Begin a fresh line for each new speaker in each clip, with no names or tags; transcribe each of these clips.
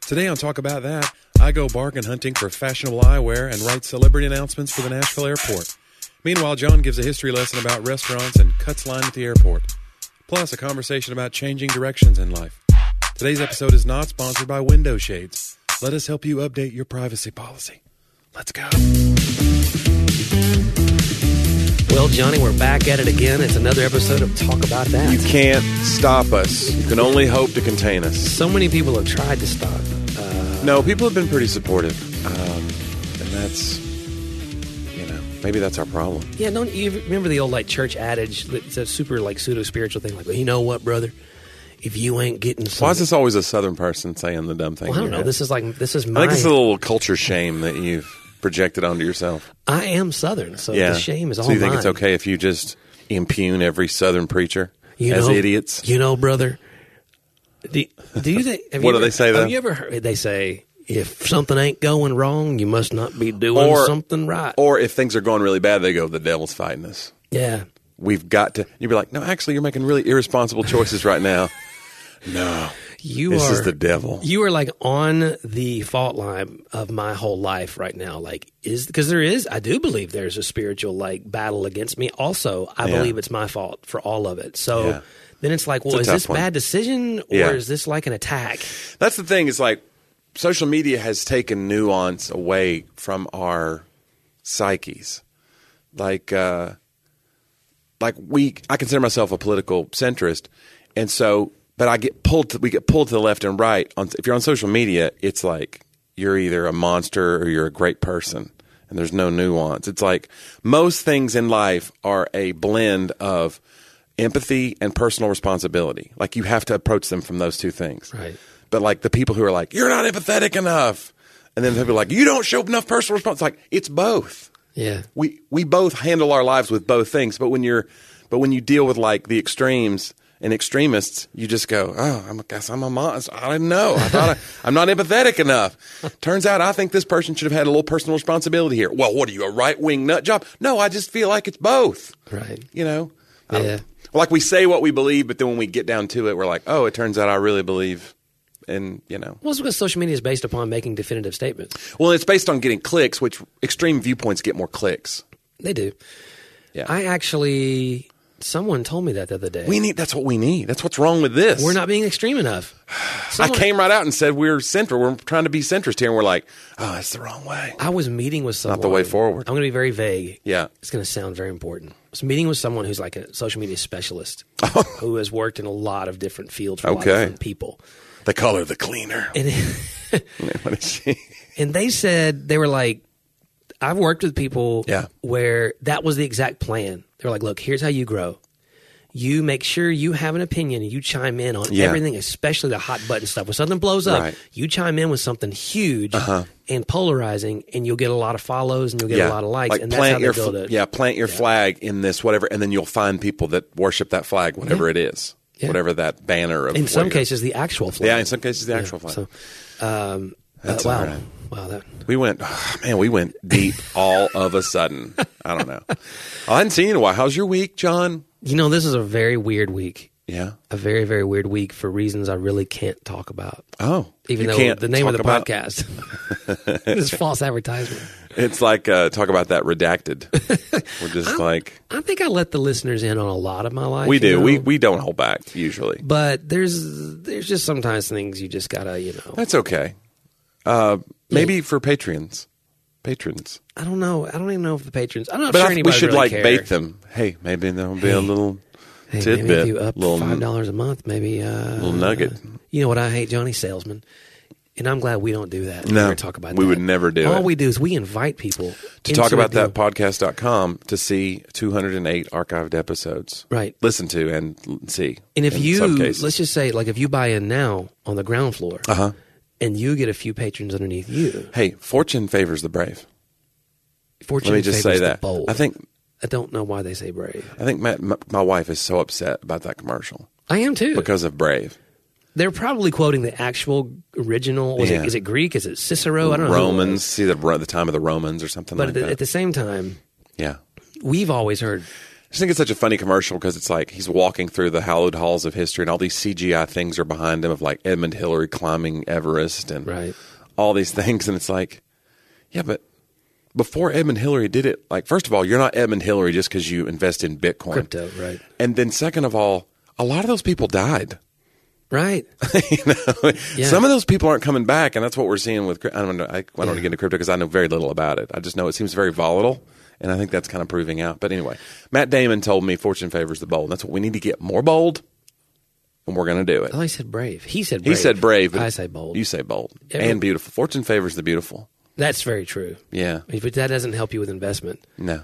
Today on Talk About That, I go bargain hunting for fashionable eyewear and write celebrity announcements for the Nashville airport. Meanwhile, John gives a history lesson about restaurants and cuts line at the airport. Plus, a conversation about changing directions in life. Today's episode is not sponsored by Window Shades. Let us help you update your privacy policy. Let's go.
Well, Johnny, we're back at it again. It's another episode of Talk About
You
That.
can't stop us. You can only hope to contain us.
So many people have tried to stop.
No, people have been pretty supportive, um, and that's you know maybe that's our problem.
Yeah, don't you remember the old like church adage? that It's a super like pseudo spiritual thing. Like, well, you know what, brother? If you ain't getting some,
Why is this always a Southern person saying the dumb thing?
well, I don't know. This is like this is
I
my. I,
think it's a little culture shame that you've projected onto yourself.
am Southern, so
Yeah,
the shame is all
So you think
mine.
it's okay if you just impugn every Southern preacher
You
as
know,
idiots?
You know, brother. Do, do you think? have you
What do
ever-
they say, though?
Have you ever heard? They say if something ain't going wrong, you must not be doing
Or-
something right.
Or if things are going really bad, they go, "The devil's fighting us."
yeah.
We've got to. You'd be like, "No, actually, you're making really irresponsible choices right now." no,
You
this
are
is the devil.
You are like on the fault line of my whole life right now. Like, is because there is, I do believe there's a spiritual like battle against me. Also, I
Yeah.
believe it's my fault for all of it. So
Yeah.
then it's like, well,
It's
is
a
this
tough one.
bad decision or
Yeah.
is this like an attack?
That's the thing. Is like social media has taken nuance away from our psyches. Like, uh, like we, I consider myself a political centrist, and so, but I get pulled. To, we get pulled to the left and right. On if you're on social media, it's like you're either a monster or you're a great person, and there's no nuance. It's like most things in life are a blend of empathy and personal responsibility. Like you have to approach them from those two things
Right.
but like the people who are like, you're not empathetic enough, and then people are like, you don't show enough personal response. Like it's both.
Yeah.
We we both handle our lives with both things, but when you're but when you deal with like the extremes and extremists, you just go, oh, I'm, I guess I'm a monster. I didn't know. I thought I, I'm not empathetic enough. Turns out I think this person should have had a little personal responsibility here. Well, what are you, a right wing nut job? No, I just feel like it's both.
Right.
You know. I don't-
Yeah.
Like we say what we believe, but then when we get down to it, we're like, oh, it turns out I really believe, and you know.
Well, it's because social media is based upon making definitive statements.
Well, it's based on getting clicks, which extreme viewpoints get more clicks.
They do.
Yeah.
I actually, someone told me that the other day.
we need that's what we need. That's what's wrong with this.
are not being extreme enough.
I
Someone-
came right out and said we're central. We're trying to be centrist here, and we're like, oh, it's the wrong way.
I was meeting with someone.
the way forward.
I'm going to be very vague.
Yeah.
It's going to sound very important. I was meeting with someone who's like a social media specialist who has worked in a lot of different fields for a lot of
Okay.
different people.
They call her the cleaner.
And,
What is she?
and they said, they were like, I've worked with people
Yeah.
where that was the exact plan. They were like, look, here's how you grow. You make sure you have an opinion. You chime in on
Yeah.
everything, especially the hot button stuff. When something blows up,
Right. Uh-huh.
you chime in with something huge and polarizing, and you'll get a lot of follows and you'll get a lot of likes.
Like
and that's how
plant
they
your
build
fl-
it.
yeah, plant your flag in this whatever, and then you'll find people that worship that flag, whatever it is,
Yeah.
whatever that banner of.
In some
whatever-
cases, the actual flag.
yeah, in some cases the actual flag.
So, um, uh,
That's
wow,
all right.
wow, that
We went, oh, man, we went deep all of a sudden. I don't know. I hadn't seen you in a while. How's your week, John?
you know, this is a very weird week.
Yeah.
A very, very weird week for reasons I really can't talk about.
Oh,
Even
you
though
can't
the name of the
talk about-
podcast is false advertisement.
it's like uh, talk about that redacted. We're just like
I think I let the listeners in on a lot of my life.
we
you
do.
know?
We we don't hold back usually.
but there's there's just sometimes things you just gotta you know.
That's okay. Uh, maybe for patrons, patrons.
I don't know. I don't even know if the patrons. I'm not
But
sure
I think
anybody
we should
really
like
care.
bait them. Hey, maybe there'll be a little
Hey,
tidbit,
Maybe if you up
little
five dollars a month, maybe uh,
little nugget.
You know what I hate, Johnny salesman, and I'm glad we don't do that.
No,
Never talk about
we
that.
would never do
All
it.
we do is we invite people
to talk
into
about
a deal.
that podcast.com to see 208 archived episodes.
Right.
Listen to and l- see.
And if
in
you
some cases.
let's just say, like, if you buy in now on the ground floor,
Uh-huh.
and you get a few patrons underneath you,
Hey, fortune favors the brave.
fortune
Let me just say
favors the
that.
bold.
I think
I don't know why they say brave.
I think my, my, my wife is so upset about that commercial
I am too.
because of brave.
They're probably quoting the actual original. Was
Yeah.
it, is it Greek? Is it Cicero? I don't know. who it
Romans,
was.
see the Ro- the time of the Romans or something
But
like
at, the,
that.
at the same time,
yeah.
we've always heard
just think it's such a funny commercial because it's like he's walking through the hallowed halls of history and all these CGI things are behind him of like Edmund Hillary climbing Everest and
Right.
all these things. And it's like, yeah, but before Edmund Hillary did it, like, first of all, you're not Edmund Hillary just because you invest in Bitcoin.
Crypto, right.
And then, second of all, a lot of those people died.
Right.
you know,
Yeah.
some of those people aren't coming back, and that's what we're seeing with. cryp- I don't know. I, I don't want
Yeah.
to get into crypto because I know very little about it. I just know it seems very volatile, and I think that's kind of proving out. But anyway, Matt Damon told me fortune favors the bold. That's what we need to get more bold, and we're going to do it.
I thought he said brave. He said
he
brave.
said brave. but
I say bold.
You say bold
Every-
and beautiful. Fortune favors the beautiful.
That's very true.
Yeah.
But that doesn't help you with investment.
No.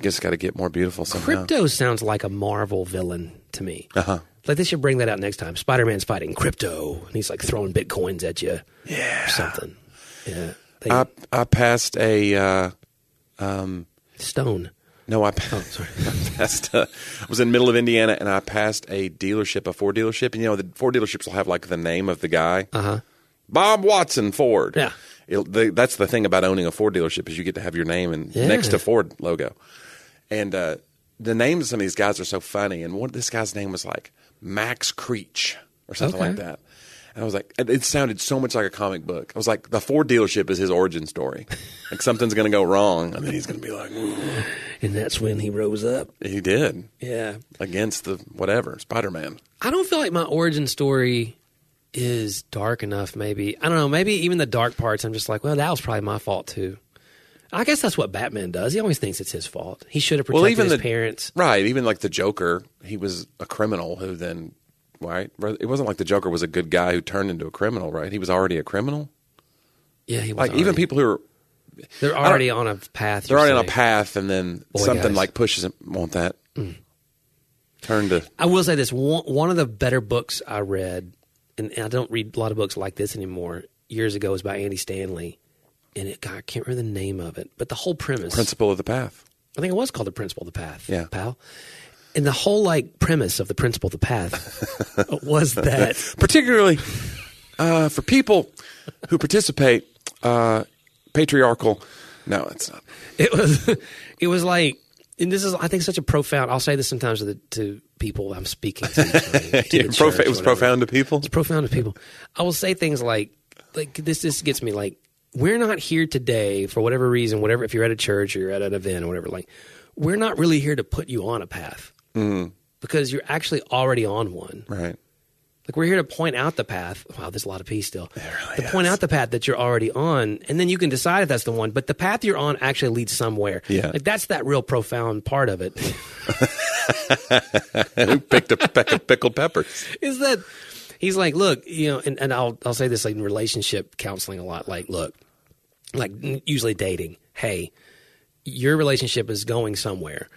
Just got to get more beautiful somehow.
Uh, Crypto sounds like a Marvel villain to me.
Uh-huh.
Like they should bring that out next time. Spider Man's fighting crypto, and he's like throwing bitcoins at you, yeah, or something. Yeah, They-
I I passed a. Uh,
stone.
No, I,
Oh,
pa- I passed. Uh, I was in the middle of Indiana, and I passed a dealership, a Ford dealership, and you know the Ford dealerships will have like the name of the guy,
Uh huh.
Bob Watson Ford.
Yeah.
It'll- the, that's the thing about owning a Ford dealership is you get to have your name and
Yeah.
next to Ford logo, and uh, the names of some of these guys are so funny. And one this guy's name was like Max Creech or something
Okay.
like that. And I was like, it it sounded so much like a comic book. I was like, the Ford dealership is his origin story. Like something's going to go wrong, and then he's going to be like, "Ooh."
And that's when he rose up.
he did
Yeah.
against the whatever Spider Man.
I don't feel like my origin story is dark enough. Maybe I don't know. Maybe even the dark parts, I'm just like, well, that was probably my fault too. I guess that's what Batman does. He always thinks it's his fault. He should have protected his parents.
right, even like the Joker, he was a criminal who then right. It wasn't like the Joker was a good guy who turned into a criminal, right? He was already a criminal.
Yeah, he was
Like even
already-
people who are
they're already on a path.
they're
you're
already on a
saying.
path, and then something
guys. Mm.
like pushes them. Want that? Turn to
I will say this one, one of the better books I read, and, and I don't read a lot of books like this anymore. Years ago was by Andy Stanley, and it God, I can't remember the name of it, but the whole premise.
principle of the path.
I think it was called the principle of the path.
Yeah.
pal. And the whole like premise of the principle of the path was that
particularly uh, for people who participate uh, patriarchal. No, it's not.
it was it was like and this is I think such a profound. I'll say this sometimes to, the, to people I'm speaking to. to the
Yeah,
church
profa-
or
it was
whatever.
profound to people.
It's profound to people. I will say things like, like this. This gets me. Like we're not here today for whatever reason, whatever. If you're at a church or you're at an event or whatever, like we're not really here to put you on a path because you're actually already on one.
Right.
Like we're here to point out the path. Wow, there's a lot of pee still. to point out the path that you're already on, and then you can decide if that's the one. But the path you're on actually leads somewhere.
Yeah.
like that's that real profound part of it.
who picked a peck of pickled peppers.
is that he's like, look, you know, and, and I'll I'll say this like in relationship counseling a lot. Like, look, like n- usually dating. Hey, your relationship is going somewhere,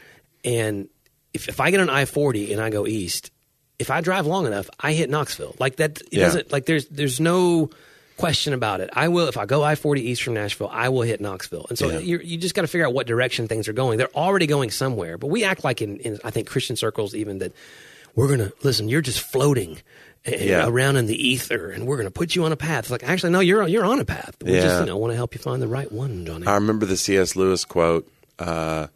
and if if I get an I forty and I go east, if I drive long enough, I hit Knoxville. Like that, it
Yeah.
doesn't like there's there's no question about it. I will if I go I forty east from Nashville, I will hit Knoxville. And so
Yeah.
you're, you just got to figure out what direction things are going. They're already going somewhere, but we act like in, in I think Christian circles even that we're gonna listen. You're just floating. a-
Yeah.
around in the ether, and we're going to put you on a path. It's like, actually, no, you're you're on a path. We just
Yeah. Uh,
you know want to help you find the right one, Johnny.
I remember the C.S. Lewis quote uh,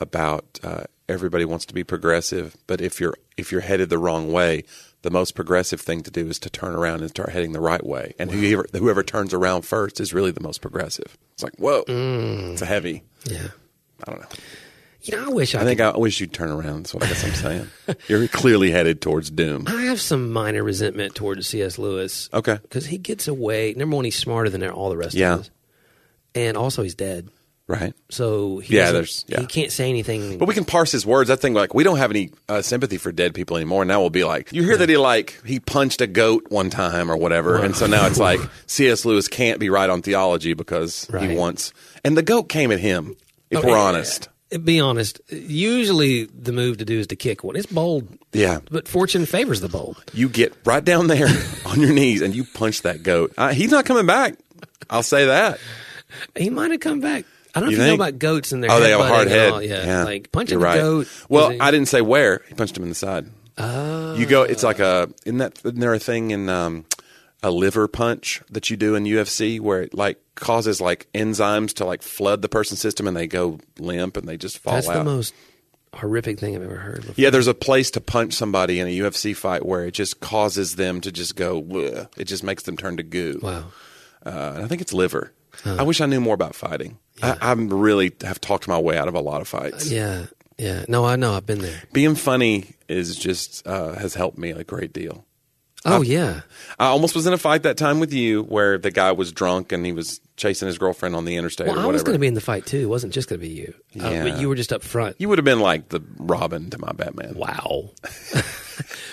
about uh, everybody wants to be progressive, but if you're if you're headed the wrong way, the most progressive thing to do is to turn around and start heading the right way. And whoever whoever turns around first is really the most progressive. It's like whoa, it's a heavy.
yeah,
I don't know.
you know, I wish I,
I
could
think I wish you'd turn around. That's what I guess I'm saying. You're clearly headed towards doom.
I have some minor resentment towards C.S. Lewis.
Okay.
Because he gets away. Number one, he's smarter than all the rest
Yeah.
of us. And also, he's dead.
Right.
So he,
Yeah,
doesn't-
there's- yeah.
he can't say anything.
But we can parse his words. I think like we don't have any uh, sympathy for dead people anymore. Now we'll be like, you hear that he like he punched a goat one time or whatever, and so now it's like C.S. Lewis can't be right on theology because
Right. Oh,
he wants, and the goat came at him. If we're honest,
Uh, Be honest. Usually, the move to do is to kick one. It's bold.
Yeah.
But fortune favors the bold.
you get right down there on your knees and you punch that goat. Uh, he's not coming back. I'll say that.
He might have come back. I don't know
You
if you know
think?
about goats and their
Oh, they have a
headbutting
hard
and
head.
all. Yeah, like punching
You're
the goat.
Well,
is a-
I didn't say where. He punched him in the side. you go. It's like
Oh.
a. Isn't that isn't there a thing in um, a liver punch that you do in UFC where it like causes like enzymes to like flood the person's system and they go limp and they just fall
that's
out.
the most horrific thing I've ever heard. Before.
Yeah, there's a place to punch somebody in a UFC fight where it just causes them to just go. "Bleh." It just makes them turn to goo.
Wow.
Uh, and I think it's liver. I wish I knew more about fighting. I, I really have talked my way out of a lot of fights.
Yeah. Yeah. No, I know. I've been there.
Being funny is just uh, has helped me a great deal.
Oh yeah.
I almost was in a fight that time with you where the guy was drunk and he was chasing his girlfriend on the interstate
Well,
or
I
whatever.
was going to be in the fight too. It wasn't just going to be you. Uh,
Yeah.
but you were just up front.
you would have been like the Robin to my Batman.
Wow.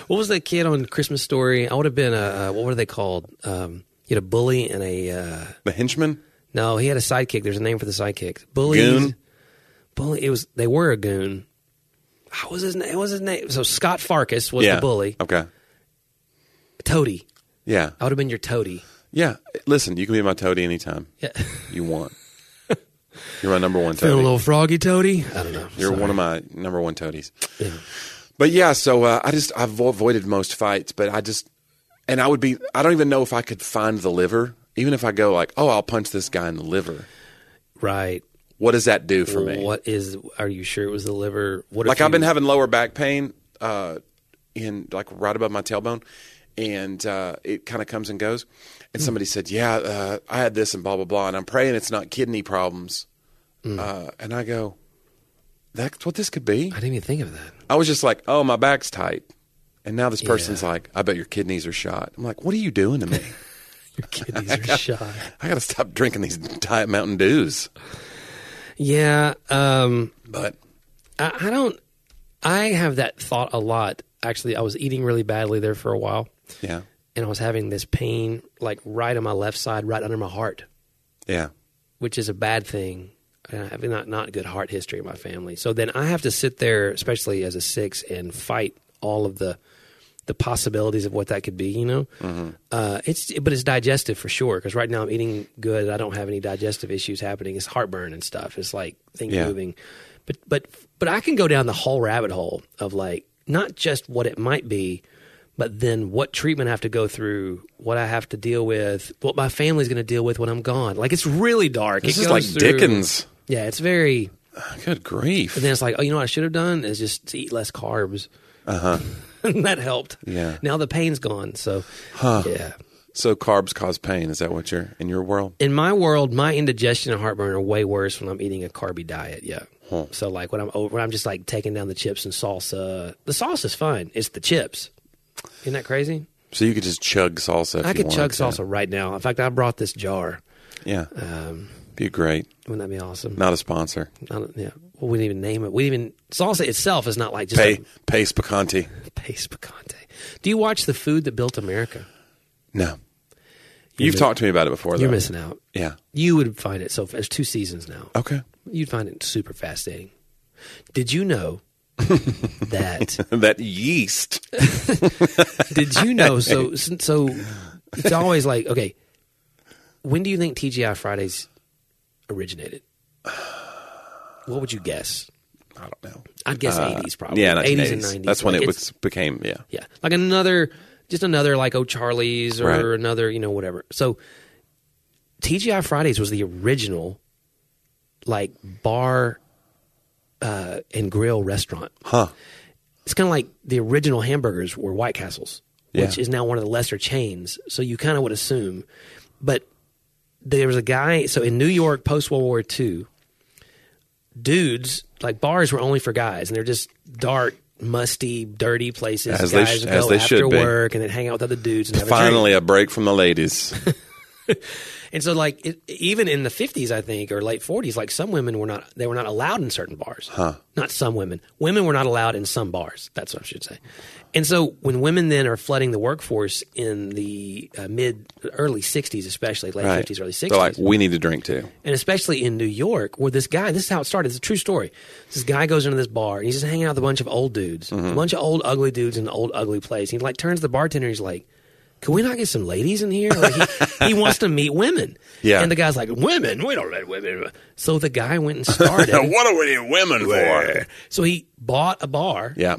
what was that kid on Christmas Story? I would have been a, uh, what were they called? Um, you had a bully and a, uh,
The henchman?
no, he had a sidekick. There's a name for the sidekick. Bully.
Goon?
Bully. It was, they were a goon. How was his name? What was his name? So Scott Farkas was
yeah.
the bully.
Okay.
Toady.
Yeah.
I would have been your toady.
Yeah. Listen, you can be my toady anytime
Yeah.
you want. You're my number one
Feeling a
toady.
little froggy toady? I don't know.
You're one of my number one toadies.
Yeah.
But yeah, so uh, I just I've avoided most fights, but I just and I would be I don't even know if I could find the liver. Even if I go like, oh, I'll punch this guy in the liver.
Right.
What does that do for me?
What is? Are you sure it was the liver? What? if
like I've been
you-
having lower back pain uh, in like right above my tailbone, and uh, it kind of comes and goes. And somebody said, "Yeah, uh, I had this and blah blah blah," and I'm praying it's not kidney problems.
Mm.
Uh, and I go, "That's what this could be."
I didn't even think of that.
I was just like, "Oh, my back's tight," and now this person's
Yeah.
like, "I bet your kidneys are shot." I'm like, "What are you doing to me?"
Your kidneys are shot.
I got to stop drinking these diet Mountain Dews.
Yeah. Um.
But
I, I don't. I have that thought a lot. Actually, I was eating really badly there for a while,
yeah,
and I was having this pain like right on my left side, right under my heart,
yeah,
which is a bad thing. And I have not not good heart history in my family. So then I have to sit there, especially as a six, and fight all of the the possibilities of what that could be. You know, uh, it's but it's digestive for sure because right now I'm eating good. I don't have any digestive issues happening. It's heartburn and stuff. It's like things
Yeah.
moving, but but but I can go down the whole rabbit hole of like not just what it might be. But then, what treatment I have to go through, what I have to deal with, what my family's going to deal with when I'm gone. Like it's really dark.
this
It
is like
goes through-
Dickens.
Yeah, it's very.
Good grief.
And then it's like, oh, you know what I should have done is just to eat less carbs. Uh huh. that helped.
Uh-huh. Yeah.
Now the pain's gone. So, yeah.
So carbs cause pain. Is that what you're in your world?
In my world, my indigestion and heartburn are way worse when I'm eating a carby diet. Yeah. So like when I'm over, when I'm just like taking down the chips and salsa. The salsa's fine. It's the chips. Isn't that crazy?
So you could just chug salsa. If
I
you
could chug
wanted to.
salsa Uh, right now. In fact, I brought this jar. Um,
Yeah, be great.
Wouldn't that be awesome?
Not a sponsor.
I don't, yeah. Well, we didn't even name it. We didn't even salsa itself is not like just
Pay
a
Pace Picante.
paste picante. Do you watch the food that built America?
No, you've
mi-
talked to me about it before.
You're
though.
missing out.
Yeah.
You would find it so. There's two seasons now.
Okay.
You'd find it super fascinating. Did you know that?
that yeast.
Did you know? So so it's always like okay. When do you think TGI Fridays originated? What would you guess?
I don't know.
I'd guess eighties probably.
Uh, yeah,
eighties
1980s.
and nineties.
That's when it was became. Yeah.
Yeah, like another, just another like O'Charlie's or
Right.
another, you know, whatever. So TGI Fridays was the original, like bar uh, and grill restaurant.
Huh.
It's kind of like the original hamburgers were White Castles, which
Yeah.
is now one of the lesser chains. So you kind of would assume, but there was a guy. So in New York, post World War II, dudes like bars were only for guys, and they're just dark, musty, dirty places.
As they sh-
guys would
as
go
they
after
should be.
work and then hang out with other dudes. And have a drink.
Finally, a break from the ladies.
and so like it, even in the fifties, I think, or late forties, like some women were not they were not allowed in certain bars. Not some women. Women were not allowed in some bars. That's what I should say. And so when women then are flooding the workforce in the uh, mid early sixties, especially late
Right.
fifties, early
They're
sixties,
like, we need to drink too.
and especially in New York, where this guy, this is how it started. It's a true story. This guy goes into this bar and he's just hanging out with a bunch of old dudes, a bunch of old ugly dudes in an old ugly place. He like turns to the bartender. He's like, "Can we not get some ladies in here?" Like, he, he wants to meet women.
Yeah.
and the guy's like, "Women? We don't let women." So the guy went and started.
what are we women for?
so he bought a bar
Yeah.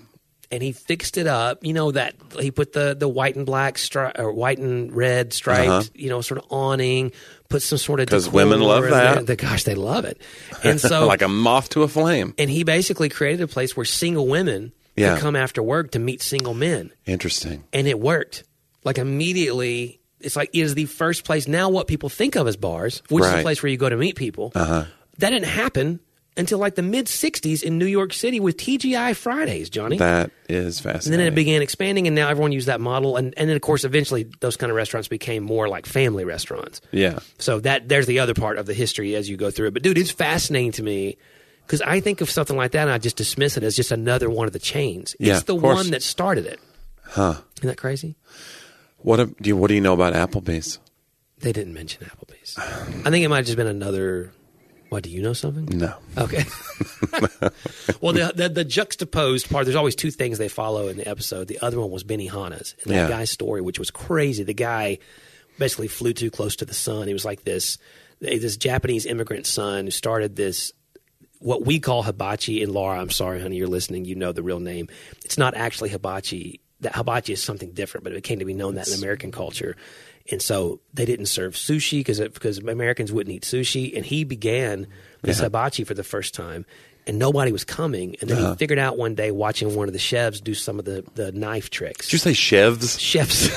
and he fixed it up. You know that he put the the white and black stripe or white and red striped,
Uh-huh.
you know, sort of awning. Put some sort of
'Cause
decor
women love
in
that.
there. The, gosh, they love it. And so,
like a moth to a flame.
and he basically created a place where single women
Yeah.
could come after work to meet single men,
Interesting.
and it worked. Like immediately, it's like it is the first place now. What people think of as bars, which is
Right. Uh-huh.
a place where you go to meet people, that didn't happen until like the mid '60s in New York City with TGI Fridays, Johnny.
That is
And then
fascinating.
it began expanding, and now everyone used that model. And, and then, of course, eventually those kind of restaurants became more like family restaurants.
yeah.
So that there's the other part of the history as you go through it. But dude, it's fascinating to me because I think of something like that and I just dismiss it as just another one of the chains.
Yeah,
it's the
of course.
one that started it. Huh? Isn't that crazy?
What ab- do you, what do you know about Applebee's?
They didn't mention Applebee's. I think it might have just been another. What do you know something?
No.
Okay. well, the, the the juxtaposed part. There's always two things they follow in the episode. The other one was Benny Hanna's and
Yeah.
that guy's story, which was crazy. The guy basically flew too close to the sun. He was like this this Japanese immigrant son who started this what we call hibachi. And Laura, I'm sorry, honey, you're listening. You know the real name. It's not actually hibachi. That hibachi is something different, but it came to be known that in American culture. And so they didn't serve sushi because because Americans wouldn't eat sushi. And he began this hibachi for the first time, and nobody was coming. And then he figured out one day watching one of the chefs do some of the, the knife tricks.
Did you say chefs?
chefs.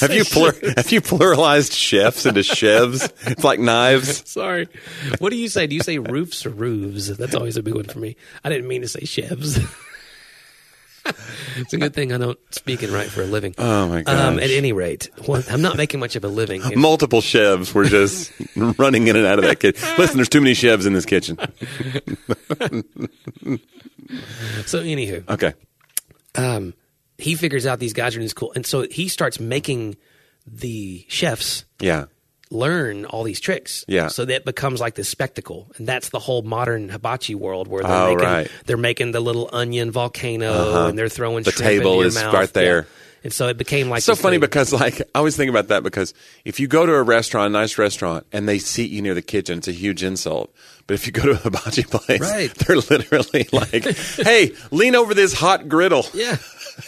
Have you plur- have you pluralized chefs into chefs? It's like knives.
Sorry. What do you say? Do you say roofs or roofs? That's always a big one for me. I didn't mean to say chefs. it's a good thing I don't speak and write for a living.
Oh, my
Um,
gosh.
at any rate, one, I'm not making much of a living. here.
Multiple chefs were just running in and out of that kitchen. Listen, there's too many chefs in this kitchen.
So, anywho,
Okay.
um, he figures out these guys are in this cool, and so he starts making the chefs
Yeah.
learn all these tricks.
Yeah.
So that becomes like this spectacle. And that's the whole modern hibachi world where they're,
Oh,
making,
right. Uh-huh.
they're making the little onion volcano and they're throwing
The
shrimp into
table
your
is
mouth.
right there.
Yeah. And so it became like
It's so
this
funny
thing.
because like I always think about that because if you go to a restaurant, a nice restaurant, and they seat you near the kitchen, it's a huge insult. But if you go to a hibachi place,
Right.
they're literally like, "Hey, lean over this hot griddle."
yeah.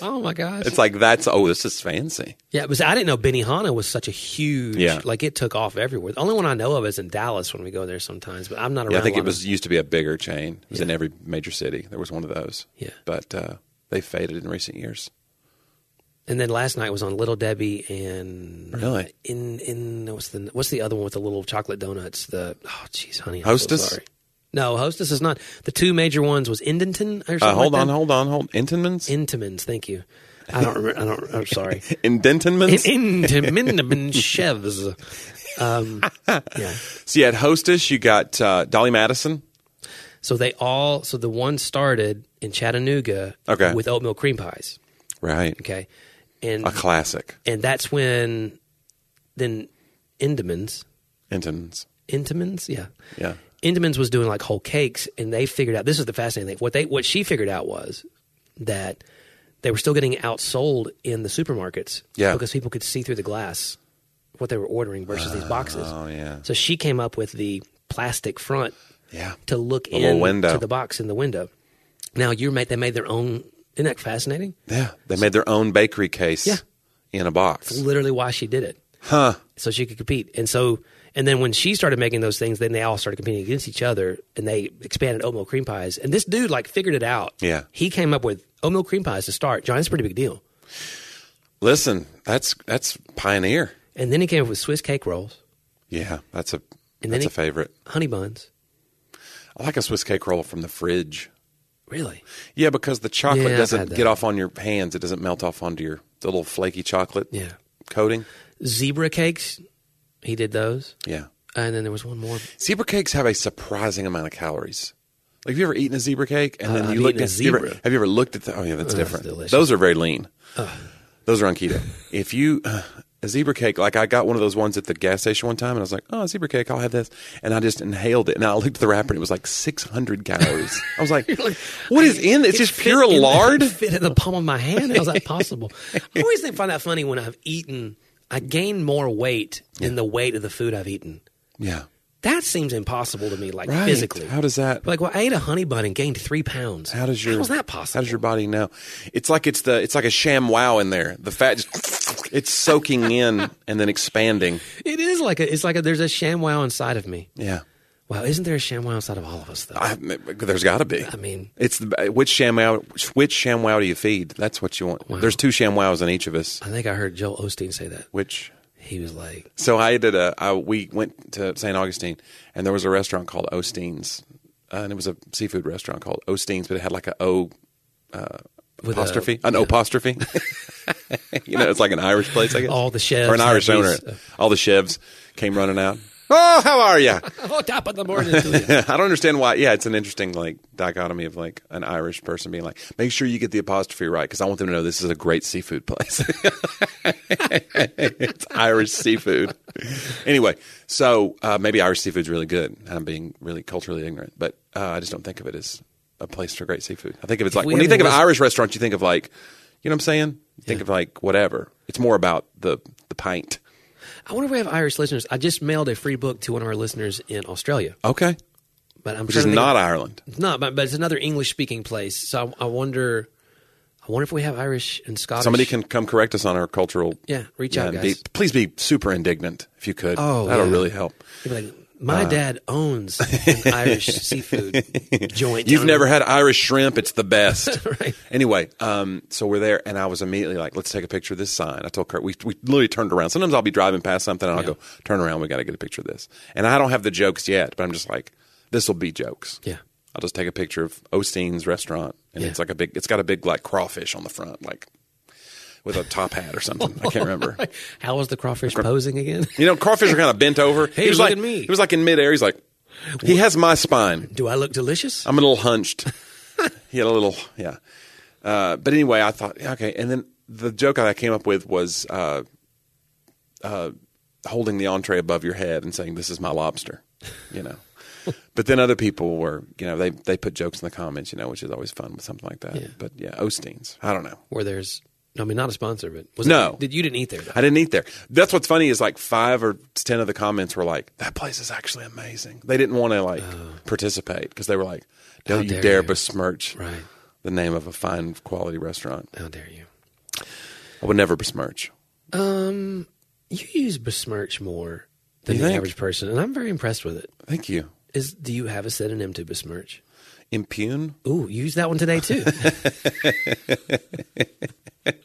Oh my gosh.
It's like that's oh, this is fancy.
yeah, but see, I didn't know Benihana was such a huge
Yeah.
like it took off everywhere. The only one I know of is in Dallas when we go there sometimes, but I'm not around.
Yeah, I think
a
it
lot
was
of,
used to be a bigger chain. It was in every major city. There was one of those.
Yeah.
but uh, they faded in recent years.
and then last night was on Little Debbie and
Really?
in in what's the what's the other one with the little chocolate donuts? The oh jeez, honey, I'm so
Hostess?
sorry. No, Hostess is not. The two major ones was Indenton or something.
Uh, hold
like
on,
that?
hold on, hold. Intinman's,
Intimans. Thank you. I don't. remember. I don't. I'm sorry.
Indentinman's.
Intimins chefs. Um, yeah.
so you had Hostess. You got uh, Dolly Madison.
So they all. So the one started in Chattanooga.
Okay. Uh.
With oatmeal cream pies.
Right,
Okay. And
a classic.
and that's when, then, Indemans.
Intinman's.
Intimans. Yeah.
Yeah.
Indemans was doing like whole cakes, and they figured out this is the fascinating thing. What they what she figured out was that they were still getting outsold in the supermarkets,
Yeah.
because people could see through the glass what they were ordering versus these boxes.
Oh yeah.
So she came up with the plastic front
Yeah.
to look
little
in
window.
to the box in the window. Now you made they made their own. Isn't that fascinating?
Yeah. They made their own bakery case
Yeah.
in a box.
Literally, why she did it.
Huh.
so she could compete. And so, and then when she started making those things, then they all started competing against each other, and they expanded oatmeal cream pies. And this dude like figured it out.
Yeah.
he came up with oatmeal cream pies to start. John, that's a pretty big deal.
Listen, that's that's pioneer.
And then he came up with Swiss cake rolls,
Yeah, that's a
And then
that's
he-
a favorite.
honey buns.
I like a Swiss cake roll from the fridge.
Really?
Yeah, because the chocolate
Yeah, I've had
doesn't
that.
get off on your hands. It doesn't melt off onto your the little flaky chocolate
Yeah.
coating.
Zebra cakes. He did those,
Yeah.
and then there was one more.
Zebra cakes have a surprising amount of calories. Like, have you ever eaten a zebra cake? And then
Uh, I've
you look
eaten
at
a
you ever-
zebra.
have you ever looked at the? Oh yeah, that's
Ugh,
different.
delicious. Uh.
Those are very lean. Those are on keto. if you uh, a zebra cake, like I got one of those ones at the gas station one time, and I was like, oh, a zebra cake, I'll have this, and I just inhaled it, and I looked at the wrapper, and it was like 600 calories. I was like, what is in? It's
It
just
fit
pure
in the-
lard.
it fit in the palm of my hand. How's that possible? I always think find that funny when I've eaten. I gain more weight than the weight of the food I've eaten.
Yeah.
That seems impossible to me, like
Right.
physically.
How does that?
like, well, I ate a honey bun and gained three pounds.
How does your?
How's that
How
possible?
does your body know? It's like it's the. It's like a sham wow in there. The fat just. It's soaking in and then expanding.
it is like a. It's like a, there's a ShamWow inside of me.
Yeah.
Wow, isn't there a ShamWow inside of all of us though?
I, there's got to be.
I mean-
it's the, which sham wow? Which sham wow do you feed? That's what you want. There's two sham wows in each of us.
I think I heard Joel Osteen say that.
Which
He was like,
So I did a. I, we went to St. Augustine, and there was a restaurant called Osteen's, uh, and it was a seafood restaurant called Osteen's, but it had like a O
with a-
apostrophe, an apostrophe. you know, it's like an Irish place, I guess.
All the chefs
or an
had
Irish
these- uh,
owner. All the chefs came running out. Oh, how are you?
oh, top of the morning. to you.
I don't understand why. Yeah, it's an interesting like dichotomy of like an Irish person being like, make sure you get the apostrophe right because I want them to know this is a great seafood place. it's Irish seafood. Anyway, so uh, maybe Irish seafood's really good. I'm being really culturally ignorant, but uh, I just don't think of it as a place for great seafood. I think of it's like
we
when you
had
think of
a
an
rest-
Irish restaurant, you think of like, you know what I'm saying? You think of like whatever. It's more about the the pint.
I wonder if we have Irish listeners. I just mailed a free book to one of our listeners in Australia,
Okay,
but I'm
which is
trying to think
not
of-
Ireland.
It's not, but, but it's another English speaking place. So I, I wonder, I wonder if we have Irish and Scottish.
Somebody can come correct us on our cultural.
Yeah, reach out,
and
guys.
Be, please be super indignant if you could.
Oh,
that'll
yeah.
really help.
They'd be like,
Uh,
my dad owns an Irish seafood joint.
You've
down
never had Irish shrimp; it's the best.
Right.
Anyway, um, so we're there, and I was immediately like, "Let's take a picture of this sign." I told Kurt, we we literally turned around. Sometimes I'll be driving past something, and I'll go, "Turn around, we got to get a picture of this." And I don't have the jokes yet, but I'm just like, "This will be jokes."
Yeah.
I'll just take a picture of Osteen's restaurant, and
Yeah.
it's like a big. It's got a big like crawfish on the front, like with a top hat or something.
Oh,
I can't remember.
How was the crawfish posing again?
You know, crawfish are kind of bent over.
Hey,
he was
look
like,
at me.
He was like in midair. He's like, he has my spine.
Do I look delicious?
I'm a little hunched. he had a little, yeah. Uh, but anyway, I thought, yeah, okay. And then the joke I came up with was uh, uh, holding the entree above your head and saying, "This is my lobster," you know. but then other people were, you know, they they put jokes in the comments, you know, which is always fun with something like that.
Yeah.
But yeah, Osteen's. I don't know.
Where there's, I mean, not a sponsor, but was
No.
It, did you didn't eat there? Though.
I didn't eat there. That's what's funny is like five or ten of the comments were like, "That place is actually amazing." They didn't want to like participate because they were like,
Oh. How
"Don't you
dare
dare
you."
besmirch
Right.
the name of a fine quality restaurant."
How dare you?
I would never besmirch.
Um, you use besmirch more than
You
the
think?
average person, and I'm very impressed with it.
Thank you.
Is do you have a synonym to besmirch?
Impugn.
Ooh, use that one today too.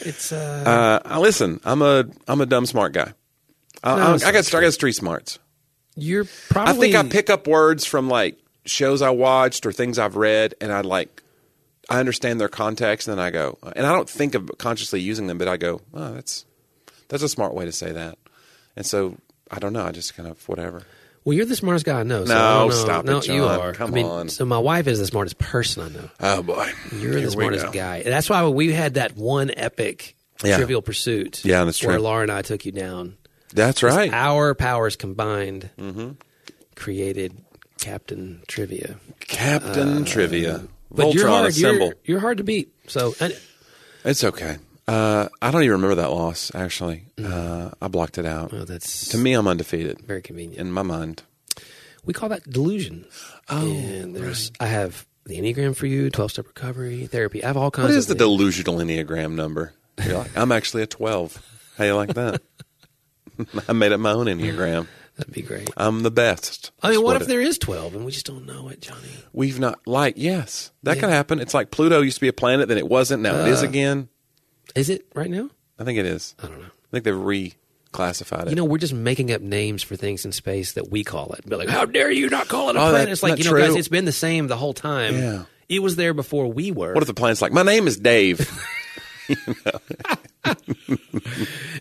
it's uh,
Uh, I- listen, I'm a I'm a dumb smart guy. I,
No,
I, I
it's not
got I got street smarts.
you're
I
probably.
think I pick up words from like shows I watched or things I've read, and I like I understand their context, and then I go, and I don't think of consciously using them, but I go, oh, that's that's a smart way to say that, and so I don't know, I just kind of whatever.
Well, you're the smartest guy I know. So
No,
I don't know.
stop it,
no, you
John.
are.
Come
I mean,
on.
so my wife is the smartest person I know.
Oh boy,
You're
Here
the
we
smartest
go.
guy. That's why we had that one epic
Yeah.
Trivial Pursuit.
Yeah, that's
Where
true.
Laura and I took you down.
That's right.
Our powers combined
Mm-hmm.
created Captain Trivia.
Captain Trivia.
uh, But
Voltron
you're hard.
assemble.
You're, you're hard to beat. So and
It's okay. Uh, I don't even remember that loss. Actually,
Mm-hmm.
uh, I blocked it out.
oh, that's
to me, I'm undefeated
very convenient.
in my mind.
we call that delusion. Oh, and there's I have the Enneagram for you, twelve step recovery, therapy. I have all kinds
What is
of
the
things.
delusional Enneagram number? You're like, I'm actually a 12. How you like that? I made up my own Enneagram.
That'd be great.
I'm the best.
I mean,
That's
what
it-
if there is twelve and we just don't know it, Johnny?
We've not, like, yes, that could happen. It's like Pluto used to be a planet, then it wasn't, now it is again.
Is it right now?
I think it is.
Uh. I don't know.
I think they've reclassified it.
You know, we're just making up names for things in space that we call it. Be like, how dare you not call it a
Oh, that-
planet? It's like,
not
you know,
true.
guys, it's been the same the whole time.
Yeah.
It was there before we were.
what if the planet's like, my name is Dave?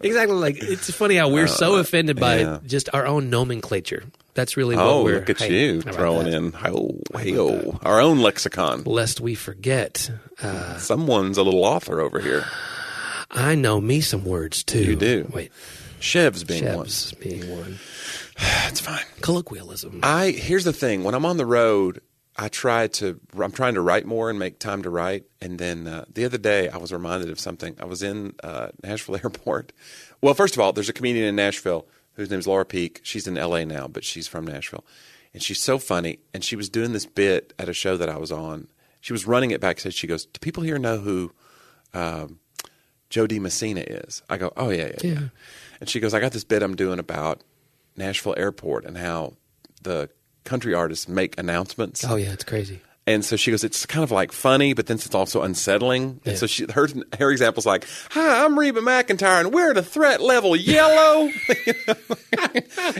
exactly. Like, it's funny how we're so offended by
Uh, yeah.
just our own nomenclature. That's really what
oh,
we're.
look at
hey,
you
how about
throwing
that?
in, oh, hey, our own lexicon.
Lest we forget, uh,
Someone's a little author over here.
I know me some words too.
You do.
Wait,
Chev's being one.
Chev's being one.
That's fine.
Colloquialism.
I here's the thing: when I'm on the road, I try to I'm trying to write more and make time to write. And then uh, the other day, I was reminded of something. I was in uh, Nashville Airport. Well, first of all, there's a comedian in Nashville whose name's Laura Peak. She's in L.A. now, but she's from Nashville, and she's so funny. And she was doing this bit at a show that I was on. She was running it backstage. She goes, "Do people here know who um, Joe D. Messina is?" I go, "Oh yeah, yeah, yeah."
Yeah.
And she goes, "I got this bit I'm doing about Nashville Airport and how the country artists make announcements."
Oh yeah, it's crazy.
And so she goes, it's kind of like funny, but then it's also unsettling.
Yeah.
And so she, her, her example's like, hi, I'm Reba McIntyre, and we're at a threat level yellow.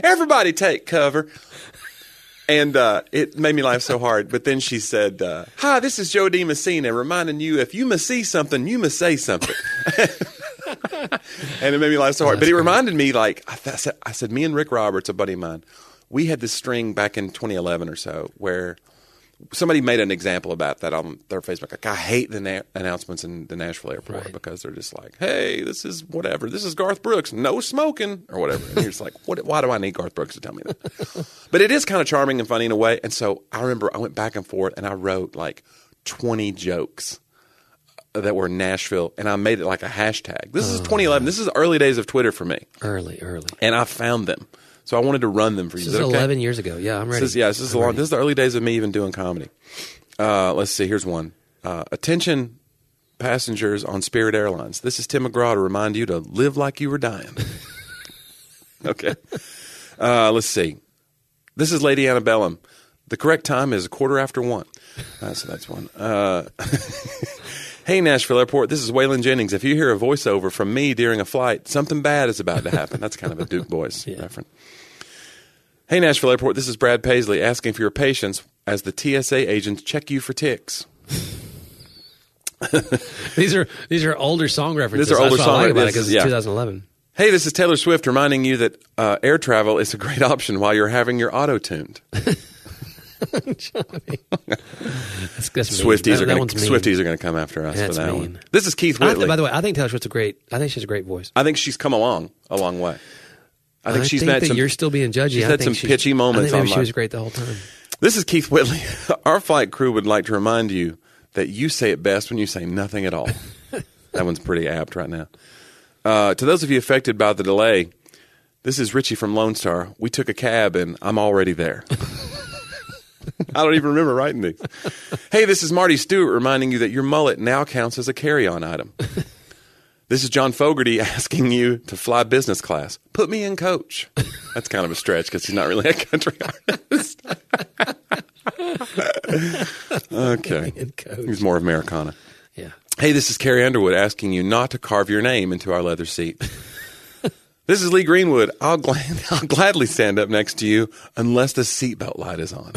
Everybody take cover. And uh, it made me laugh so hard. But then she said, uh, hi, this is Joe D. Messina, reminding you if you must see something, you must say something. and it made me laugh so hard. but it reminded me, like I, th- I said, I said, me and Rick Roberts, a buddy of mine, we had this string back in 2011 or so where somebody made an example about that on their Facebook. Like, I hate the na- announcements in the Nashville airport
Right.
because they're just like, "Hey, this is whatever. This is Garth Brooks, no smoking or whatever." And you're just like, "What? Why do I need Garth Brooks to tell me that?" but it is kind of charming and funny in a way. And so I remember I went back and forth and I wrote like 20 jokes that were Nashville, and I made it like a hashtag. This
Oh.
is 2011. This is early days of Twitter for me,
Early, early.
and I found them. So I wanted to run them for you. Is
This is
that okay?
eleven years ago. Yeah, I'm ready.
This is, yeah, this is the long. This is the early days of me even doing comedy. Uh, let's see. Here's one. Uh, attention, passengers on Spirit Airlines. This is Tim McGraw to remind you to live like you were dying. okay. Uh, let's see. This is Lady Antebellum. The correct time is a quarter after one. Uh, so that's one. Uh, hey, Nashville Airport. This is Waylon Jennings. If you hear a voiceover from me during a flight, something bad is about to happen. That's kind of a Duke Boys reference. Hey, Nashville Airport, this is Brad Paisley asking for your patience as the TSA agents check you for ticks.
These are these are older song references.
These are older
That's what I
song
like about it
references,
because
yeah.
it's 2011.
Hey, this is Taylor Swift reminding you that uh, air travel is a great option while you're having your auto tuned.
That's, that's mean.
Swifties
That-
are
that
going
one's
to
mean.
Swifties are going to come after us
That's
for that
mean.
one. This is Keith
I
Whitley.
think- by the way, I think Taylor Swift's a great. I think she has a great voice.
I think she's come along a long way. I think she's had
that
some.
you're still being judgy.
she's
I
had
think
some
she-
pitchy
I
moments
think maybe
online.
she was great the whole time.
This is Keith Whitley. Our flight crew would like to remind you that you say it best when you say nothing at all. that one's pretty apt right now. Uh, to those of you affected by the delay, this is Richie from Lone Star. We took a cab and I'm already there. I don't even remember writing these. Hey, this is Marty Stewart reminding you that your mullet now counts as a carry on item. This is John Fogerty asking you to fly business class. Put me in coach. That's kind of a stretch because he's not really a country artist. okay.
And coach.
He's more of Americana.
Yeah.
Hey, this is Carrie Underwood asking you not to carve your name into our leather seat. this is Lee Greenwood. I'll, glad, I'll gladly stand up next to you unless the seatbelt light is on.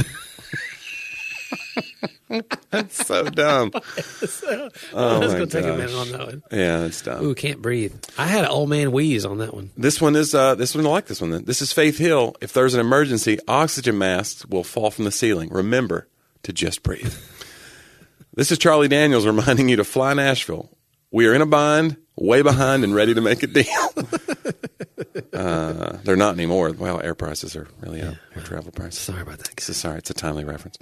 that's so dumb.
I was
Oh my
gonna take a minute
gosh.
on that one.
Yeah, that's dumb.
Ooh, can't breathe. I had an old man wheeze on that one.
This one is uh, this one. I like this one. This is Faith Hill. If there's an emergency, oxygen masks will fall from the ceiling. Remember to just breathe. this is Charlie Daniels reminding you to fly Nashville. We are in a bind, way behind, and ready to make a deal. uh, they're not anymore. Wow, air prices are really up. Air travel prices.
Sorry about that. guys.
This is sorry. It's a timely reference.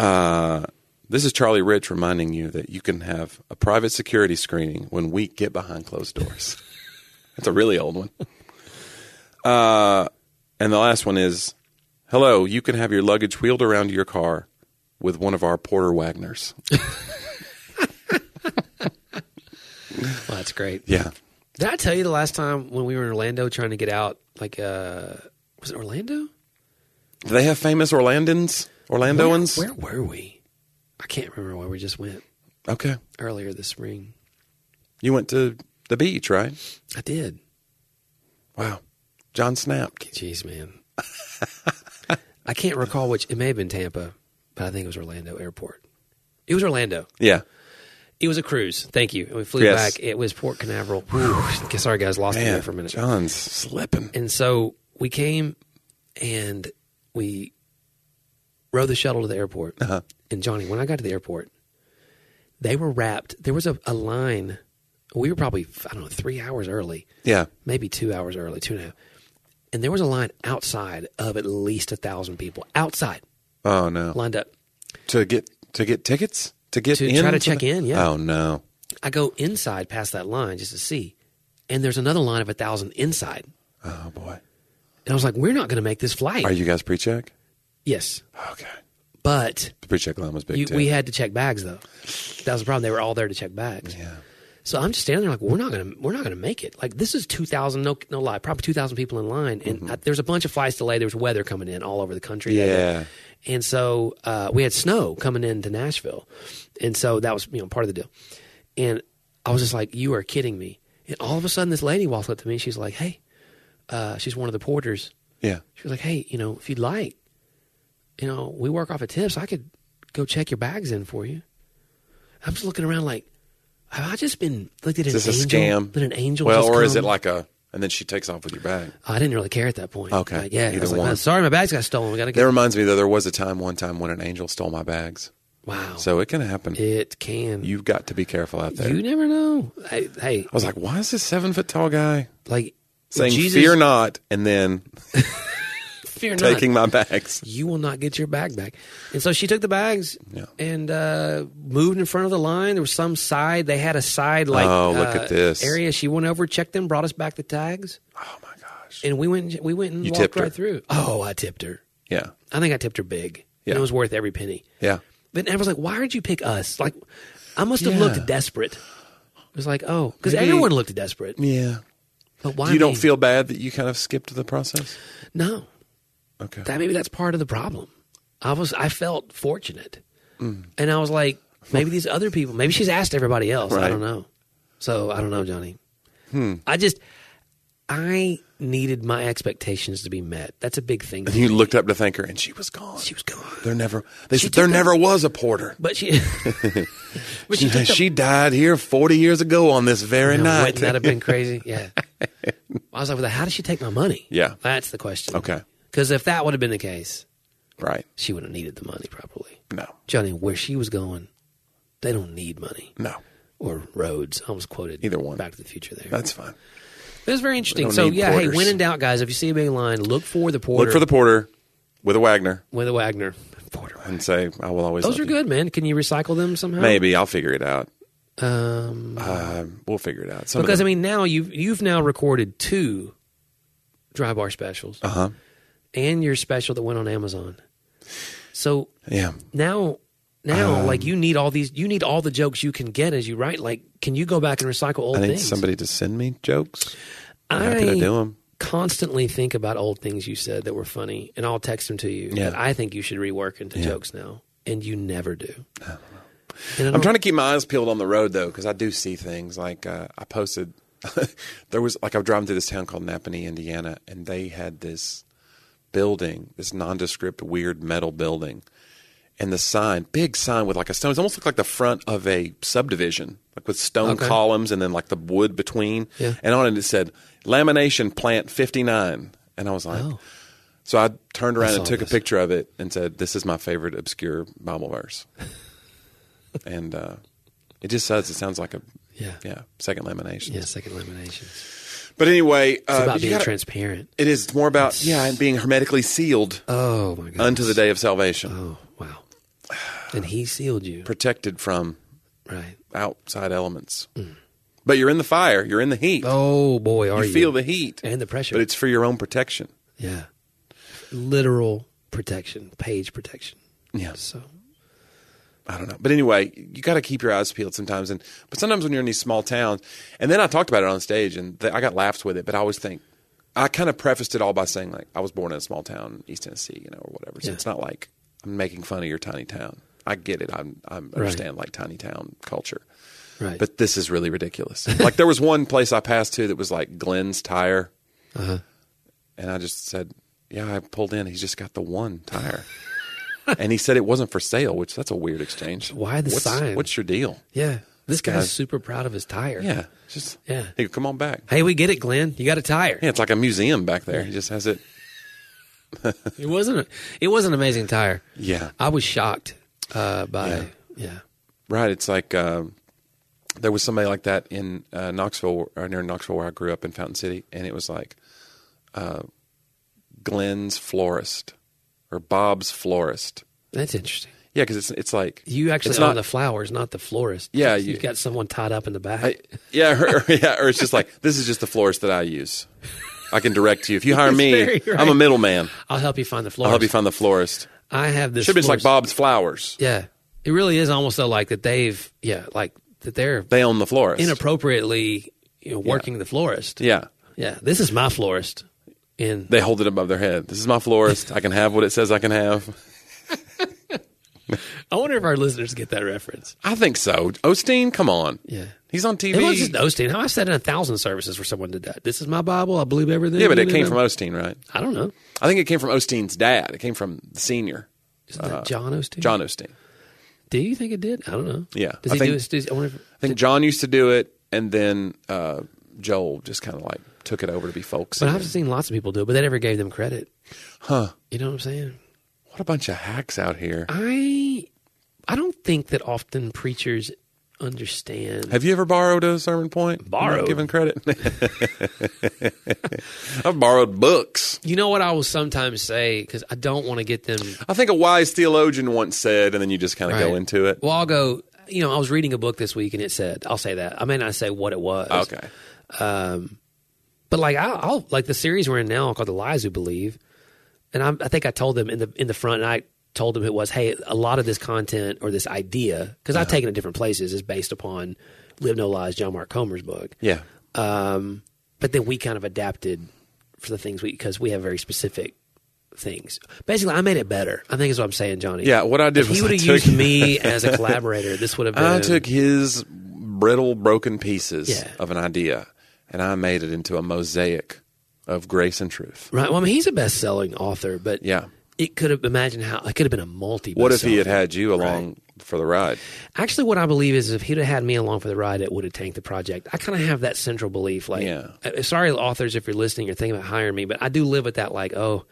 Uh, this is Charlie Rich reminding you that you can have a private security screening when we get behind closed doors. That's a really old one. Uh, and the last one is, hello. You can have your luggage wheeled around to your car with one of our Porter Wagners.
Well, that's great.
Yeah.
Did I tell you the last time when we were in Orlando trying to get out? Like, uh, was it Orlando?
Do they have famous Orlandans? Orlandoans?
Where were we? I can't remember where we just went
Okay.
earlier this spring.
You went to the beach, right?
I did.
Wow. John snapped.
Jeez, man. I can't recall which. It may have been Tampa, but I think it was Orlando Airport. It was Orlando.
Yeah.
It was a cruise. Thank you. And we flew
Yes.
back. It was Port Canaveral. Whew. Sorry, guys. Lost me
Man,
there for a minute.
John's slipping.
And so we came and we rode the shuttle to the airport.
Uh-huh.
And Johnny, when I got to the airport, they were wrapped. There was a, a line. We were probably, I don't know, three hours early,
Yeah.
maybe two hours early, two and a half. And there was a line outside of at least a thousand people outside
Oh no.
lined up.
to get to get tickets to get
To
in
try to
the-
check in, yeah.
Oh no.
I go inside past that line just to see. And there's another line of a thousand inside.
Oh boy.
And I was like, we're not going to make this flight.
Are you guys pre-check?
yes.
Okay.
But
The pre-check line was big
you,
too.
we had to check bags though. That was the problem. They were all there to check bags.
yeah.
So I'm just standing there like we're not gonna we're not gonna make it. Like this is two thousand no no lie probably two thousand people in line and
Mm-hmm.
I, there's a bunch of flights delayed. There was weather coming in all over the country.
Yeah.
and so uh, we had snow coming into Nashville, and so that was you know part of the deal. And I was just like, you are kidding me. And all of a sudden, this lady walks up to me. She's like, hey, uh, she's one of the porters.
Yeah.
She was like, "Hey, you know, if you'd like, you know, we work off of tips. I could go check your bags in for you." I'm just looking around, like, have I just been like did
Is
an
this a
angel?
scam?
Did an angel?
Well,
just
or is
come? Oh,
it like a? And then she takes off with your bag.
I didn't really care at that point?
Okay,
Like, yeah. I
either
was like,
one.
"Man, sorry, my bags got stolen. We gotta
That
go.
reminds me though, there was a time one time when an angel stole my bags.
Wow.
So it can happen.
it can. You,
You've got to be careful out there.
never know. Hey, hey,
I was like, why is this seven foot tall guy
like
saying
Jesus,
"fear not" and then
fear not.
taking my bags?
you will not get your bag back. And so she took the bags
Yeah.
and uh, moved in front of the line. There was some side. They had a side like
Oh, look
uh,
at this.
area. She went over, checked them, brought us back the tags,
Oh my gosh!
and we went. We went and
You
walked
tipped her.
right through. Oh, I tipped her.
Yeah,
I think I tipped her big.
Yeah.
And it was worth every penny.
yeah.
But I was like, why did you pick us? Like, I must have
Yeah.
looked desperate. It was like, oh, because
Maybe-
everyone looked desperate.
Yeah.
But why
you don't
me?
feel bad that you kind of skipped the process?
no.
Okay.
that maybe that's part of the problem. I was I felt fortunate, and I was like, maybe these other people. Maybe she's asked everybody else. I
Right.
don't know. So I don't know, Johnny. I just I needed my expectations to be met. That's a big thing.
and you looked up to thank her, and she was gone.
she was gone,
There never, they
She
said, there
took the-
never was a porter.
but she but she took the,
she died here 40 years ago on this very
Now,
night.
Wouldn't that have been crazy? Yeah. I was like, well, how did she take my money?
Yeah.
that's the question.
Okay.
because if that would have been the case,
right.
she would have needed the money probably.
No.
Johnny, where she was going, they don't need money.
No.
or roads. I almost quoted
Either one.
Back to the Future. There,
That's fine.
it was very interesting.
don't
So
need
yeah, hey,
porters.
when in doubt, guys, if you see a big line, look for the porter.
Look for the porter with a Wagner
with a Wagner porter.
and say, I will always.
Those
love
are
you."
good, man. Can you recycle them somehow?
Maybe I'll figure it out.
Um,
Um, we'll figure it out. Some
because I mean, now you've you've now recorded two dry bar specials
uh huh.
and your special that went on Amazon. So
Yeah.
now. Now,
Um,
like you need all these, you need all the jokes you can get as you write. Like, can you go back and recycle old
I need
things?
somebody to send me jokes.
I
Happy to do 'em.
Constantly think about old things you said that were funny, and I'll text them to you.
Yeah.
that I think you should rework into jokes now, and you never do. And I
Oh, I'm
don't-
trying to keep my eyes peeled on the road though, because I do see things. Like uh, I posted, there was like I was driving through this town called Napanee, Indiana, and they had this building, this nondescript, weird metal building, and the sign, big sign with like a stone. It almost looked like the front of a subdivision, like with stone
Okay.
columns and then like the wood between.
Yeah.
And on it it said lamination plant 59, and I was like.
Oh.
So I turned around
I
and
saw
took
this.
a picture of it and said, "This is my favorite obscure Bible verse." and uh, it just says it sounds like a
Yeah.
yeah second lamination.
Yeah, second laminations. It's
But anyway, uh,
about
you
being
gotta-
transparent.
it is more about yeah and being hermetically sealed
Oh my god.
unto the day of salvation,
Oh wow. And he sealed you,
protected from
right?
outside elements. But you're in the fire, you're in the heat,
Mm. Oh boy, are
you
you,
feel the heat
and the pressure?
but it's for your own protection.
yeah, literal protection, page protection.
Yeah.
So
I don't know. But anyway, you got to keep your eyes peeled sometimes. And but sometimes when you're in these small towns, and then I talked about it on stage, and th- I got laughs with it. But I always think I kind of prefaced it all by saying like I was born in a small town, in East Tennessee, you know, or whatever. So
Yeah.
it's not like I'm making fun of your tiny town. I get it. I'm, I understand like tiny town culture,
right,
but this is really ridiculous. like there was one place I passed to that was like Glenn's Tire,
uh-huh.
and I just said, "Yeah, I pulled in. He's just got the one tire." and he said it wasn't for sale, which that's a weird exchange.
Why the
what's,
sign?
What's your deal?
yeah. This guy's
guy's-
super proud of his tire.
Yeah, just
Yeah.
He could come on back.
Hey, we get it, Glenn. You got a tire.
Yeah, it's like a museum back there. He just has it.
It wasn't. A, it was an amazing tire.
Yeah,
I was shocked uh, by. Yeah.
right. It's like um, there was somebody like that in uh, Knoxville or near Knoxville where I grew up in Fountain City, and it was like uh, Glenn's florist or Bob's florist.
that's interesting.
Yeah, because it's it's like
You actually
it's
own
not
the flowers, not the florist.
Yeah,
you,
you-
have got someone tied up in the back.
I, yeah, or, or- yeah, or it's just like this is just the florist that I use. I can direct you. If you hire
It's
me,
very
I'm a
right.
middleman.
I'll help you find the
I'll
florist.
help you find the florist.
I have this.
Should be just like
florist-
Bob's Flowers.
Yeah, it really is almost though like that they've yeah like that they're
They own the florist.
inappropriately you know, working the florist.
yeah.
Yeah, this is my florist. In
They hold it above their head. This is my florist. I can have what it says I can have.
I wonder if our listeners get that reference.
I think so. Osteen, come on.
Yeah.
He's on TV.
It was just Osteen. How I said in a thousand services where someone did that. This is my Bible. I believe everything.
yeah, but it came from Osteen, right?
I don't know.
I think it came from Osteen's dad. It came from the senior,
Isn't that John Osteen?
Uh, John Osteen.
Do you think it did? I don't know.
Yeah,
Does
I
he
think-
do his? Does, I wonder if,
I think John used to do it, and then uh, Joel just kind of like took it over to be folk
but
singer.
I've seen lots of people do it, but they never gave them credit. Huh? You know what I'm saying?
What a bunch of hacks out here.
I I don't think that often preachers understand.
Have you ever borrowed a sermon point?
Borrowed?
Not given credit. I've borrowed books.
you know what I will sometimes say because I don't want to get them
I think a wise theologian once said, and then you just kind of go
Right.
into it.
Well, I'll go. You know, I was reading a book this week, and it said, "I'll say that." I may not say what it was,
Okay.
but like I, I'll like the series we're in now called "The Lies Who Believe," and I'm, I think I told them in the in the front, and I told them it was, "Hey, a lot of this content or this idea, because
Uh-huh.
I've taken it different places, is based upon Live No Lies, John Mark Comer's book."
Yeah.
Um, but then we kind of adapted for the things we because we have very specific things. Basically, I made it better. I think is what I'm saying, Johnny.
Yeah. What I did
If
was
he
I
would have
took-
used me as a collaborator. This would have been
I took his brittle, broken pieces
Yeah.
of an idea, and I made it into a mosaic of grace and truth.
Right. Well, I mean, he's a best-selling author, but
Yeah.
it could have imagine how it could have been a multi.
What if he had had you along for the ride?
Actually, what I believe is, if he'd have had me along for the ride, it would have tanked the project. I kind of have that central belief. Like,
Yeah.
uh, sorry, authors, if you're listening, you're thinking about hiring me, but I do live with that. Like, oh,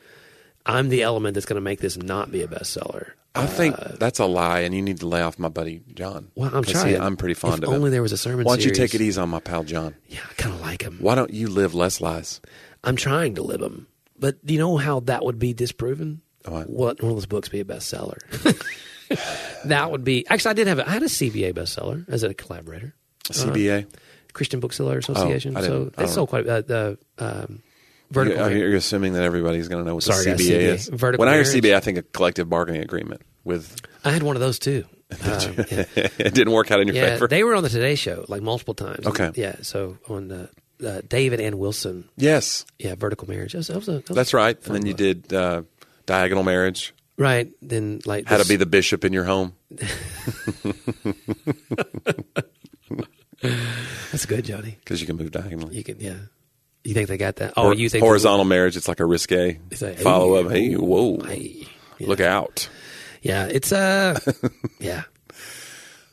I'm the element that's going to make this not be a bestseller.
I think that's a lie, and you need to lay off my buddy John.
Uh, Well, I'm
'Cause he-
trying.
I'm pretty fond
if
of
Only
him.
there was a sermon.
Why don't you
series.
take e- it easy on my pal John?
Yeah, I kind of like him.
Why don't you live less lies?
I'm trying to live him, but do you know how that would be disproven?
What?
What will this books be a bestseller? that would be actually. I did have a, I had a CBA bestseller as a collaborator,
CBA.
Christian Bookseller Association.
Oh, I
so
didn't- I
they
don't
sold quite uh, the um,
You're,
vertical.
you're assuming that everybody's going to know what
Sorry,
the
guys,
CBA,
CBA.
is.
Vertical
when I hear
marriage.
CBA, I think a collective bargaining agreement. With
I had one of those too. Um, yeah.
it didn't work out in your
Yeah,
favor.
they were on the Today Show like multiple times.
Okay.
yeah. So on uh, uh, David and Wilson,
yes,
yeah, vertical marriage. That was, that was a, that was
that's right.
fun
And then you
book.
did uh, diagonal marriage.
right. Then like
How to
this-
be the bishop in your home.
That's good, Johnny.
Because you can move diagonally.
You can, yeah. You think they got that? Oh,
Hor-
you think
horizontal marriage? It's like a risque
It's like,
follow up.
hey,
Hey, whoa,
Hey. Yeah.
look out!
Yeah, it's uh, yeah.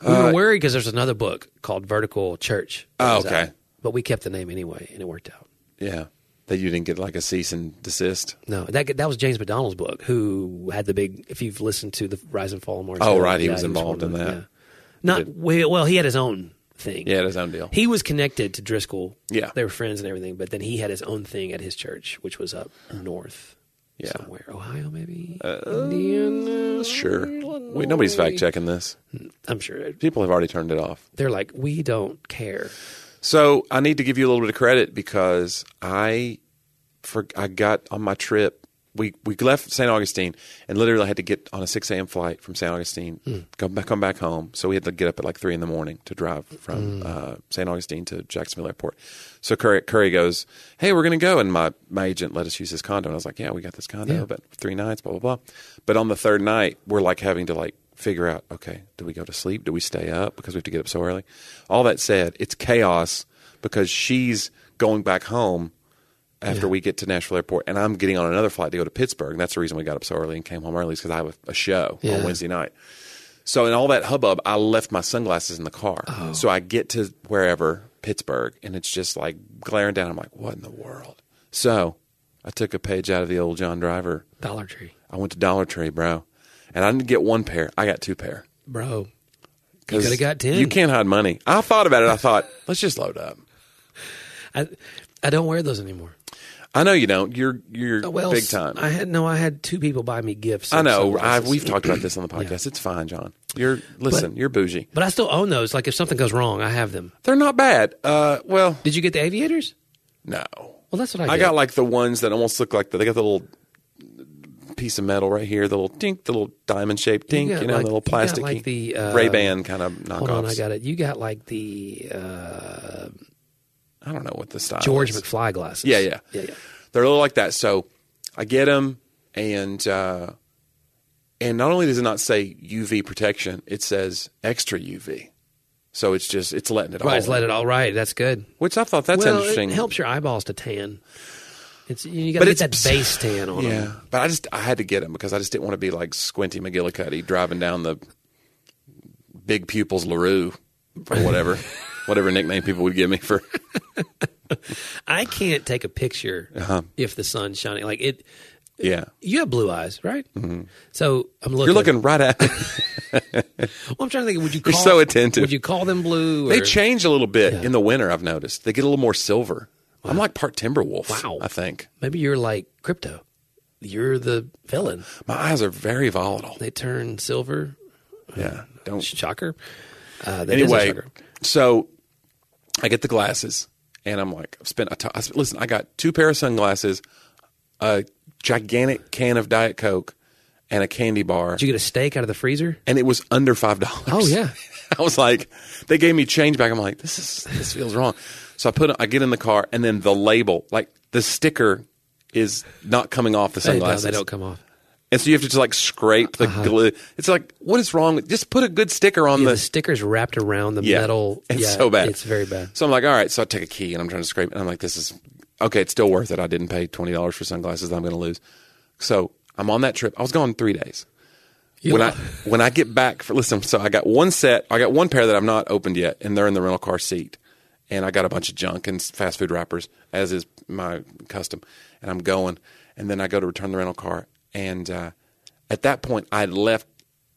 We were worried because there's another book called Vertical Church. that
Uh, Oh,
was
okay.
out, but we kept the name anyway, and it worked out.
Yeah, that you didn't get like a cease and desist.
No, that that was James McDonald's book, who had the big. If you've listened to the Rise and Fall of Mars,
Oh,
Hill,
right, he
yeah,
was involved
one of
in
the-
that.
yeah. Not well. well, He had his own thing.
Yeah, his own deal.
He was connected to Driscoll.
Yeah.
They were friends and everything, but then he had his own thing at his church, which was up north
Yeah. Uh,
somewhere. Ohio, maybe? Indiana?
Sure. Wait, nobody's fact checking this.
I'm sure. it-
People have already turned it off.
They're like, we don't care.
So I need to give you a little bit of credit because I, for I got on my trip. We we left St. Augustine and literally I had to get on a six a.m. flight from St. Augustine, come back come back home. So we had to get up at like three in the morning to drive from uh, St. Augustine to Jacksonville Airport. So Curry, Curry goes, "Hey, we're going to go," and my my agent let us use his condo, and I was like, "Yeah, we got this condo, but three nights, blah blah blah." But on the third night, we're like having to like figure out, okay, do we go to sleep? Do we stay up because we have to get up so early? All that said, it's chaos because she's going back home after we get to Nashville Airport, and I'm getting on another flight to go to Pittsburgh. And that's the reason we got up so early and came home early is because I have a, a show
Yeah.
on Wednesday night. So in all that hubbub, I left my sunglasses in the car.
Oh.
So I get to wherever Pittsburgh, and it's just like glaring down. I'm like, what in the world? So I took a page out of the old John Driver.
Dollar Tree.
I went to Dollar Tree, bro, and I didn't get one pair. I got two pair.
Bro.
'Cause
coulda got 10.
You can't hide money. I thought about it. I thought, let's just load up.
I, I don't wear those anymore.
I know you don't. You're you're
Oh, well,
big time.
I had no. I had two people buy me gifts.
I
of
know. I,
sunglasses.
we've talked about this on the podcast. It's fine, John. You're listen. you're bougie.
but I still own those. Like if something goes wrong, I have them.
They're not bad. Uh, well,
Did you get the aviators?
no,
Well, that's what I,
I
did.
got like the ones that almost look like the, they got the little piece of metal right here, the little dink, the little diamond shaped dink, you,
got
know,
like-
the little
you got
plastic
like the, uh,
Ray Ban kind of
Hold on, I
knockoffs.
got it. You got like the uh,
I don't know what the style.
George
is.
McFly glasses.
Yeah, yeah,
yeah, yeah.
They're a little like that. So I get them, and uh, and not only does it not say UV protection, it says extra UV. So it's just it's letting it all.
Right, it's let it all right. That's good.
Which I thought that's
well,
Oh. interesting.
It helps your eyeballs to tan. It's you got
But
to get that
it's-
base tan on
Yeah,
them.
but I just I had to get them because I just didn't want to be like Squinty McGillicuddy driving down the big pupils Larue or whatever, whatever nickname people would give me for.
I can't take a picture
Uh-huh.
if the sun's shining. Like it,
Yeah,
you have blue eyes, right? So I'm
Mm-hmm. you're
looking.
looking right at. Me.
Well, I'm trying to think. Would you call?
You're so attentive.
Would you call them blue? Or,
They change a little bit in the winter. I've noticed they get a little more silver. I'm like part Timberwolf.
Wow.
I think
maybe you're like crypto. You're the villain.
my eyes are very volatile.
They turn silver.
Yeah, don't
Shocker. Uh, that is a
anyway,
shocker.
so I get the glasses, and I'm like, I've spent. A t- I spent listen, I got two pair of sunglasses, a gigantic can of Diet Coke, and a candy bar,
Did you get a steak out of the freezer?
and it was under five dollars.
Oh, yeah.
I was like, they gave me change back. I'm like, this is this feels wrong. So I put, I get in the car, and then the label, like the sticker, is not coming off the
Hey, no,
sunglasses.
they don't come off.
and so you have to just like scrape the glue. It's like, what is wrong with? Just put a good sticker on
Yeah,
the
the stickers wrapped around the metal.
it's
yeah,
so bad.
It's very bad.
So I'm like, all right. So I take a key and I'm trying to scrape. And I'm like, this is okay. It's still worth it. I didn't pay twenty dollars for sunglasses. That I'm going to lose. So I'm on that trip. I was gone three days. When I when I get back for listen, so I got one set. I got one pair that I've not opened yet, and they're in the rental car seat. And I got a bunch of junk and fast food wrappers, as is my custom. And I'm going, and then I go to return the rental car. And uh, at that point, I had left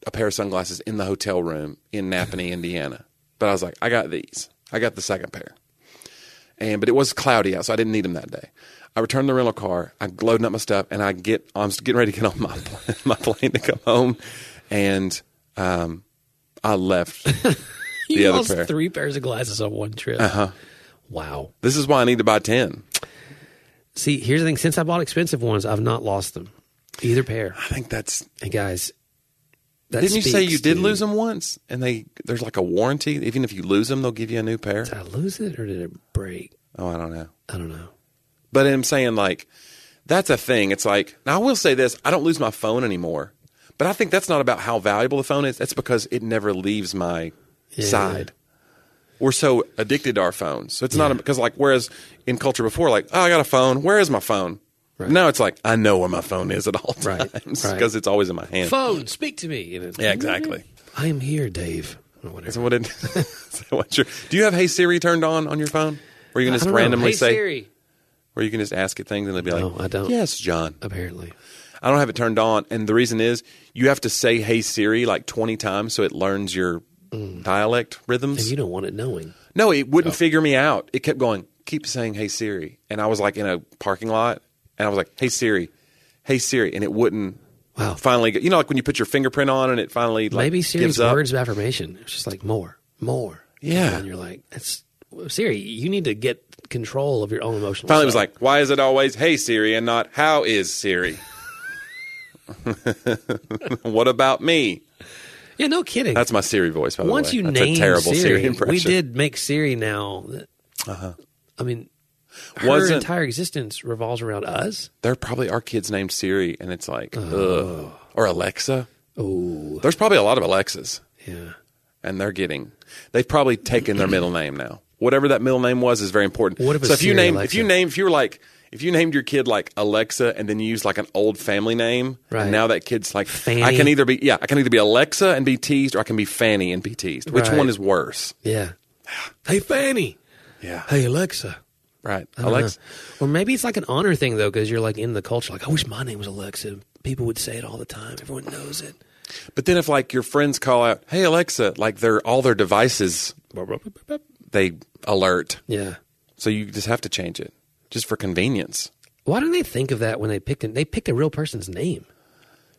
a pair of sunglasses in the hotel room in Napanee, Indiana. But I was like, I got these. I got the second pair and but it was cloudy out, so I didn't need them that day. I returned the rental car. I'm loading up my stuff, and I get I'm getting ready to get on my pl- my plane to come home, and um, I left
You
the
lost
other pair.
three pairs of glasses on one trip. Uh-huh. Wow.
This is why I need to buy ten.
See, here's the thing. Since I bought expensive ones, I've not lost them. Either pair.
I think that's.
And guys, that
didn't you say
speaks
you did
to-
lose them once, and they there's like a warranty. Even if you lose them, they'll give you a new pair.
Did I lose it or did it break?
Oh, I don't know.
I don't know.
But I'm saying like that's a thing. It's like now I will say this: I don't lose my phone anymore. But I think that's not about how valuable the phone is. That's because it never leaves my
Yeah.
side. We're so addicted to our phones. So it's not because like whereas in culture before, like oh I got a phone. Where is my phone?
Right.
Now it's like I know where my phone is at all times
Right,
because
right.
it's always in my hand.
Phone, speak to me. And it's-
Yeah, exactly.
I am here, Dave. Or whatever.
So what? It, so what's your, do you have Hey Siri turned on on your phone? Or you can
I
just
don't know.
randomly
Hey,
say,
Siri.
or you can just ask it things and it'll be
No,
like,
I don't.
Yes, John.
Apparently.
I don't have it turned on, and the reason is you have to say "Hey Siri" like twenty times so it learns your dialect
And
rhythms.
Mm. you Oh. don't want it knowing.
no, it wouldn't figure me out. It kept going, keep saying "Hey Siri," and I was like in a parking lot, and I was like, "Hey Siri, Hey Siri," and it wouldn't.
Wow.
Finally, you know, like when you put your fingerprint on, and it finally like,
Maybe Siri's
gives up.
words of affirmation. It's just like more, more.
Yeah.
And you're like, that's Siri, you need to get control of your own emotional.
Finally, it was
self.
like, "Why is it always Hey Siri and not How is Siri?" what about me?
yeah, no kidding.
That's my Siri voice. By the
Once
way,
you
That's
name
a terrible
Siri,
impression. Uh-huh.
we did make Siri now. Uh huh. I mean, her
Wasn't-
entire existence revolves around us.
there probably are kids named Siri, and it's like, ugh. Or Alexa.
Oh,
There's probably a lot of Alexas,
yeah.
and they're getting. They've probably taken their middle name now. Whatever that middle name was is very important.
What if
so
it's
if you
Siri
name if
Alexa?
you name if you were like if you named your kid like Alexa and then you used like an old family name,
Right.
and now that kid's like
Fanny.
I can either be yeah I can either be Alexa and be teased or I can be Fanny and be teased. Which
Right.
one is worse?
Yeah. Hey, Fanny.
Yeah,
Hey, Alexa.
right.
I don't
Alexa.
know. Or maybe it's like an honor thing, though, because you're like in the culture. Like, I wish my name was Alexa. People would say it all the time. Everyone knows it.
But then if like your friends call out, "Hey Alexa," like they're all their devices, they alert.
Yeah.
So you just have to change it just for convenience.
Why didn't they think of that when they picked it? They picked a real person's name.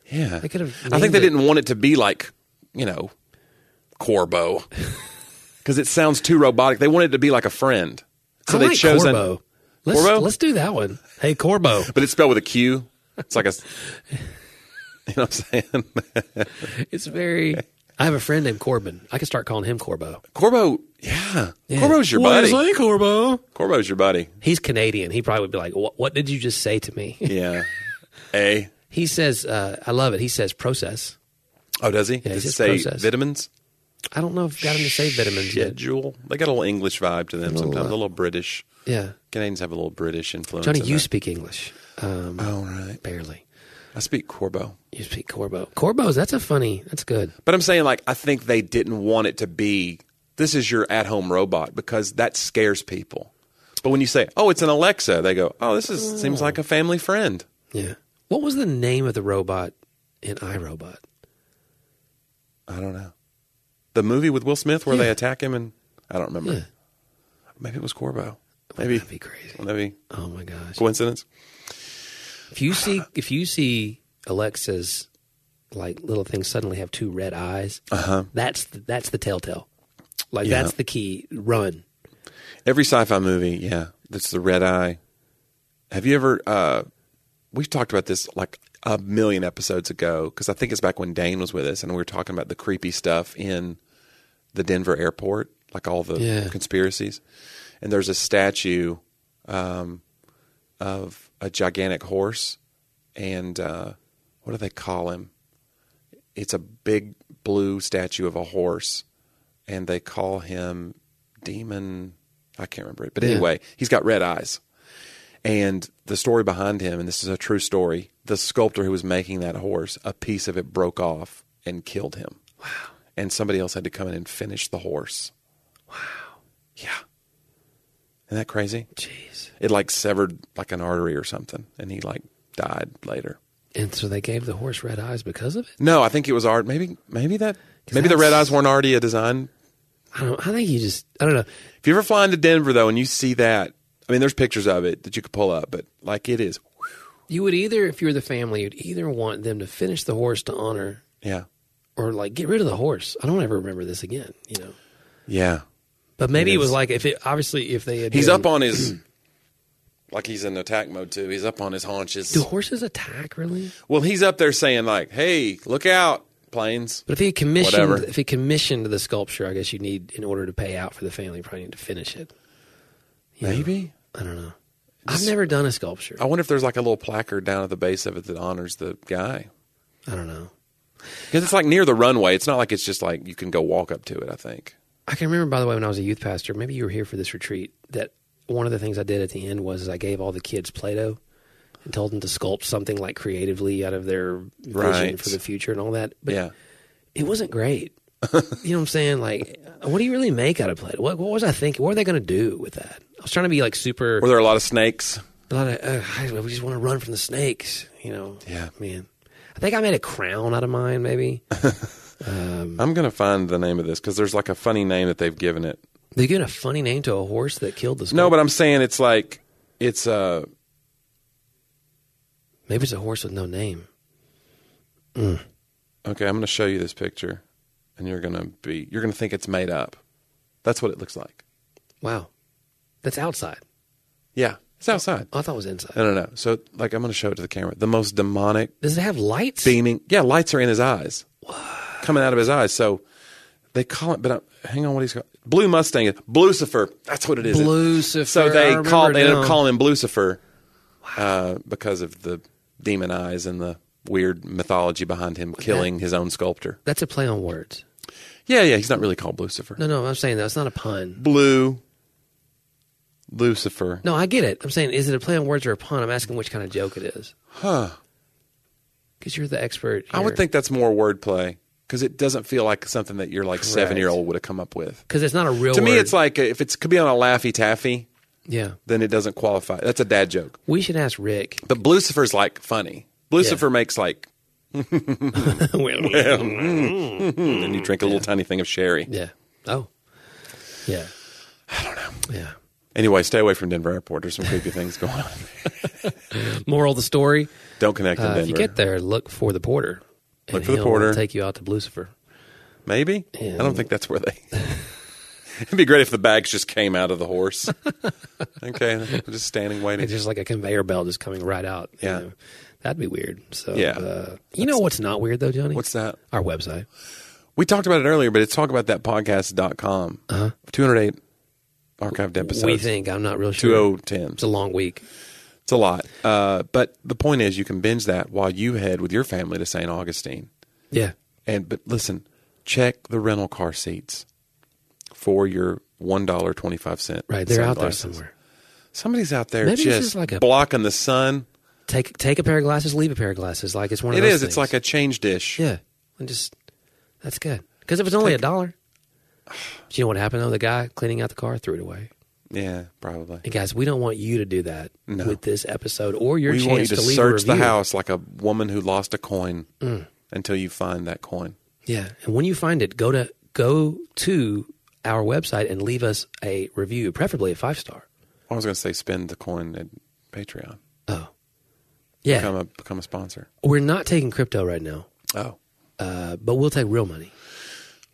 Yeah.
They could have
I think
named
they
it-
didn't want it to be like, you know, Corbo. Cuz it sounds too robotic. They wanted it to be like a friend. So
I
they
like
chose an-
Corbo. Let's
Corbo?
let's do that one. Hey Corbo.
But it's spelled with a Q. It's like a, s- you know what I'm saying?
It's very I have a friend named Corbin. I can start calling him Corbo.
Corbo, yeah.
Yeah.
Corbo's your
What
buddy.
Corbo?
Corbo's your buddy.
He's Canadian. He probably would be like, "What, what did you just say to me?"
Yeah. A.
he says, uh, "I love it." He says, "Process."
Oh, does he?
it's
does it
just
say
processed.
vitamins?
I don't know if I've got him to say vitamins yet.
Schedule. They got a little English vibe to them sometimes, a little British.
Yeah,
Canadians have a little British influence.
uh, Johnny,
in
you
that.
speak English. Um,
Oh, right.
barely.
I speak Corbo.
You speak Corbo. Corbo's. That's a funny. That's good.
But I'm saying, like, I think they didn't want it to be this is your at home robot because that scares people. But when you say, oh, it's an Alexa, they go, oh, this is, seems like a family friend.
Yeah. What was the name of the robot in iRobot?
I don't know. The movie with Will Smith where they attack him and I don't remember.
Yeah.
Maybe it was Corbo. Maybe.
That'd be crazy.
Would that be
Oh my gosh.
coincidence?
If you see if you see Alexa's like little things suddenly have two red eyes, uh-huh. that's the, that's the telltale. Like
Yeah.
that's the key. Run.
Every sci-fi movie, yeah, that's the red eye. Have you ever? Uh, we've talked about this like a million episodes ago because I think it's back when Dane was with us and we were talking about the creepy stuff in the Denver airport, like all the
Yeah.
conspiracies. And there's a statue um, of a gigantic horse, and uh, what do they call him? It's a big blue statue of a horse, and they call him Demon. I can't remember it, but anyway, he's got red eyes. And the story behind him, and this is a true story, the sculptor who was making that horse, a piece of it broke off and killed him. Wow. And somebody else had to come in and finish the horse. Wow. Yeah. Isn't that crazy?
Jeez.
It like severed like an artery or something, and he like died later.
And so they gave the horse red eyes because of it.
No, I think it was art. Maybe, maybe that. Maybe the
that's-
red eyes weren't already a design
I don't. I think you just. I don't know.
If you ever fly into Denver though, and you see that, I mean, there's pictures of it that you could pull up, but like it is,
You would either, if you were the family, you'd either want them to finish the horse to honor,
yeah,
or like get rid of the horse. I don't ever remember this again. You know.
yeah.
But maybe it, was like if it obviously if they had
He's
done-
up on his, like he's in attack mode too. He's up on his haunches.
do horses attack really?
Well, he's up there saying like, "Hey, look out, planes."
But if he commissioned
Whatever.
if he commissioned the sculpture, I guess you need in order to pay out for the family, you probably need to finish it. You know,
Maybe.
I don't know. I've never done a sculpture.
I wonder if there's like a little placard down at the base of it that honors the guy
I don't know.
because it's like near the runway. It's not like it's just like you can go walk up to it. I think.
I can remember, by the way, when I was a youth pastor, maybe you were here for this retreat, that one of the things I did at the end was I gave all the kids Play Doh and told them to sculpt something like creatively out of their vision
Right.
for the future and all that. But
yeah.
it wasn't great. you know what I'm saying? Like, what do you really make out of Play Doh? What, what was I thinking? What are they going to do with that? I was trying to be like super.
Were there a lot of snakes?
a lot of uh, I don't know, we just want to run from the snakes, you know. Oh,
Yeah.
man. I think I made a crown out of mine, maybe. Um,
I'm gonna find the name of this because there's like a funny name that they've given it.
they get a funny name to a horse that killed this.
No, but I'm saying it's like it's uh
maybe it's a horse with no name.
okay, I'm going to show you this picture and you're going to be you're going to think it's made up. That's what it looks like.
Wow, that's outside. Oh,
Yeah, it's outside.
I thought it was inside.
No, no, no. So like I'm going to show it to the camera. The most demonic
Does it have lights?
beaming. Yeah, lights are in his eyes. Coming out of his eyes. So they call it but I, hang on what he's called. Blue Mustang. Blucifer. That's what it is.
Lucifer.
So
I
they
remember
call they end
now.
up calling him Blucifer uh, because of the demon eyes and the weird mythology behind him killing his own sculptor.
That's a play on words.
Yeah, yeah, he's not really called Lucifer.
No, no, I'm saying that's not a pun.
Blue Lucifer.
No, I get it. I'm saying is it a play on words or a pun? I'm asking which kind of joke it is.
Huh.
Because you're the expert.
I would think that's more wordplay because it doesn't feel like something that your like seven year old would have come up with.
because it's not a real.
To me,
word.
it's like if it could be on a Laffy Taffy,
yeah.
then it doesn't qualify. That's a dad joke.
We should ask Rick.
But Lucifer's like funny. Lucifer makes like,
Well,
and hmm, you drink a little tiny thing of sherry.
Yeah. Oh. Yeah. I don't know. Yeah.
Anyway, stay away from Denver Airport. There's some creepy things going on.
Moral of the story:
Don't connect in
uh,
Denver.
If you get there, look for the porter. and
Look for the
he'll
porter.
Take you out to Lucifer.
Maybe I don't
And-
think that's where they. It'd be great if the bags just came out of the horse. okay, just standing waiting.
It's just like a conveyor belt just coming right out. you
Yeah.
know. That'd be weird. So,
Yeah.
uh, you know what's not weird though, Johnny?
What's that?
Our website.
We talked about it earlier, but it's talk about that podcast.com. Uh-huh. 208 archived episodes. oh-
we think. I'm not real sure.
2010.
It's a long week.
It's a lot. Uh, but the point is, you can binge that while you head with your family to St. Augustine.
Yeah.
And But listen, check the rental car seats for your $1.25.
Right. They're out there
sunglasses.
somewhere.
Somebody's out there
Maybe it's
just,
just like a-
blocking the sun.
Take take a pair of glasses, leave a pair of glasses. Like it's one of
It
those
is. It's like a change dish.
Yeah. And just that's good. Because if it's only a dollar. Do you know what happened though? The guy cleaning out the car threw it away.
Yeah, probably.
And guys, we don't want you to do that
No.
with this episode or your
We
chance
want you to,
to, leave a
search the
review. Mm.
house like a woman who lost a coin until you find that coin.
Yeah, and when you find it, go to go to our website and leave us a review, preferably a five star.
I was going to say spend the coin at Patreon.
Oh, yeah.
Become a become a sponsor.
We're not taking crypto right now,
Oh,
uh, but we'll take real money.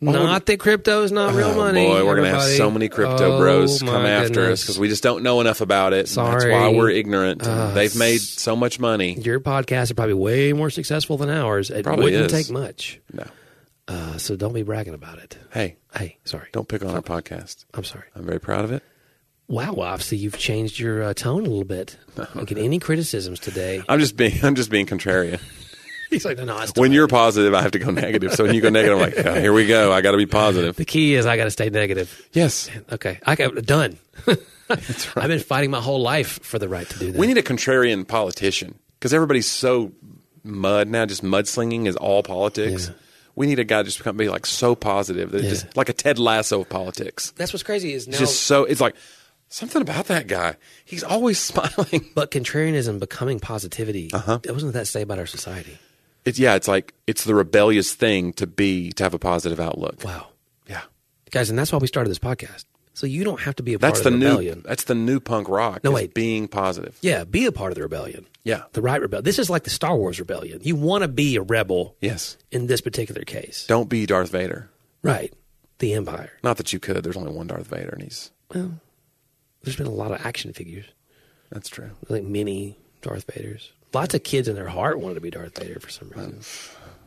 not that crypto is not real
Oh,
money.
boy, we're gonna have
everybody.
so many crypto
Oh,
bros come
my
after us
goodness.
because we just don't know enough about it. and That's why
Sorry.
we're ignorant. and
Uh,
They've made so much money.
Your podcasts are probably way more successful than ours. It
Probably is.
wouldn't take much,
No,
uh, so don't be bragging about it.
hey,
Hey, sorry.
don't pick on our podcast.
I'm sorry.
I'm very proud of it.
Wow, well, obviously you've changed your uh, tone a little bit. Look at any criticisms today.
I'm just being I'm just being contrarian.
He's like, no, no, it's
When you're positive, I have to go negative. So when you go negative, I'm like, "Oh, here we go. I got to be positive.
The key is I got to stay negative.
Yes,
Okay, I got done. I've been fighting my whole life for the right to do that.
we need a contrarian politician because everybody's so mud now. Just mudslinging is all politics.
Yeah.
We need a guy just become be like so positive that it
Yeah.
just like a Ted Lasso of politics.
That's what's crazy is now.
It's just so it's like something about that guy. He's always smiling.
but contrarianism becoming positivity. Uh-huh. That wasn't that say about our society.
It's yeah, it's like it's the rebellious thing to be to have a positive outlook.
Wow,
Yeah.
guys, and that's why we started this podcast. So you don't have to be a
That's
part
the
of the
new
rebellion.
that's the new punk rock.
No,
is
wait.
being positive.
Yeah, be a part of the rebellion.
Yeah.
the right rebellion. This is like the Star Wars rebellion. You want to be a rebel.
Yes.
In this particular case,
Don't be Darth Vader.
right? The Empire.
Not that you could. There's only one Darth Vader and he's
Well, there's been a lot of action figures.
that's true.
like mini Darth Vaders. Lots of kids in their heart wanted to be Darth Vader for some reason.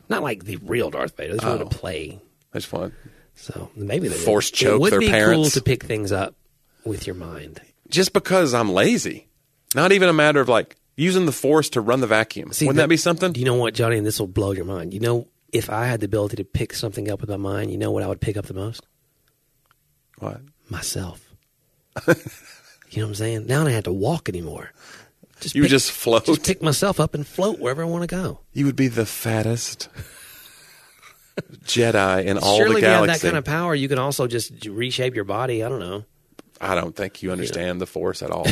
Not like the real Darth Vader. They just wanted to play.
I just want
So maybe they
Oh. Force
would.
choke
It would
their
be cool
parents.
to pick things up with your mind.
just because I'm lazy. Not even a matter of like using the force to run the vacuum.
See,
Wouldn't
the-
that be something?
Do you know what, Johnny? And this will blow your mind. You know, if I had the ability to pick something up with my mind, you know what I would pick up the most?
What?
Myself. you know what I'm saying? Now I don't have to walk anymore. Just
You
pick,
just float.
just pick myself up and float wherever I want to go.
you would be the fattest Jedi in all
Surely
the
if you have that
galaxy.
kind of power, you can also just j- reshape your body. I don't know.
I don't think you understand the force at all.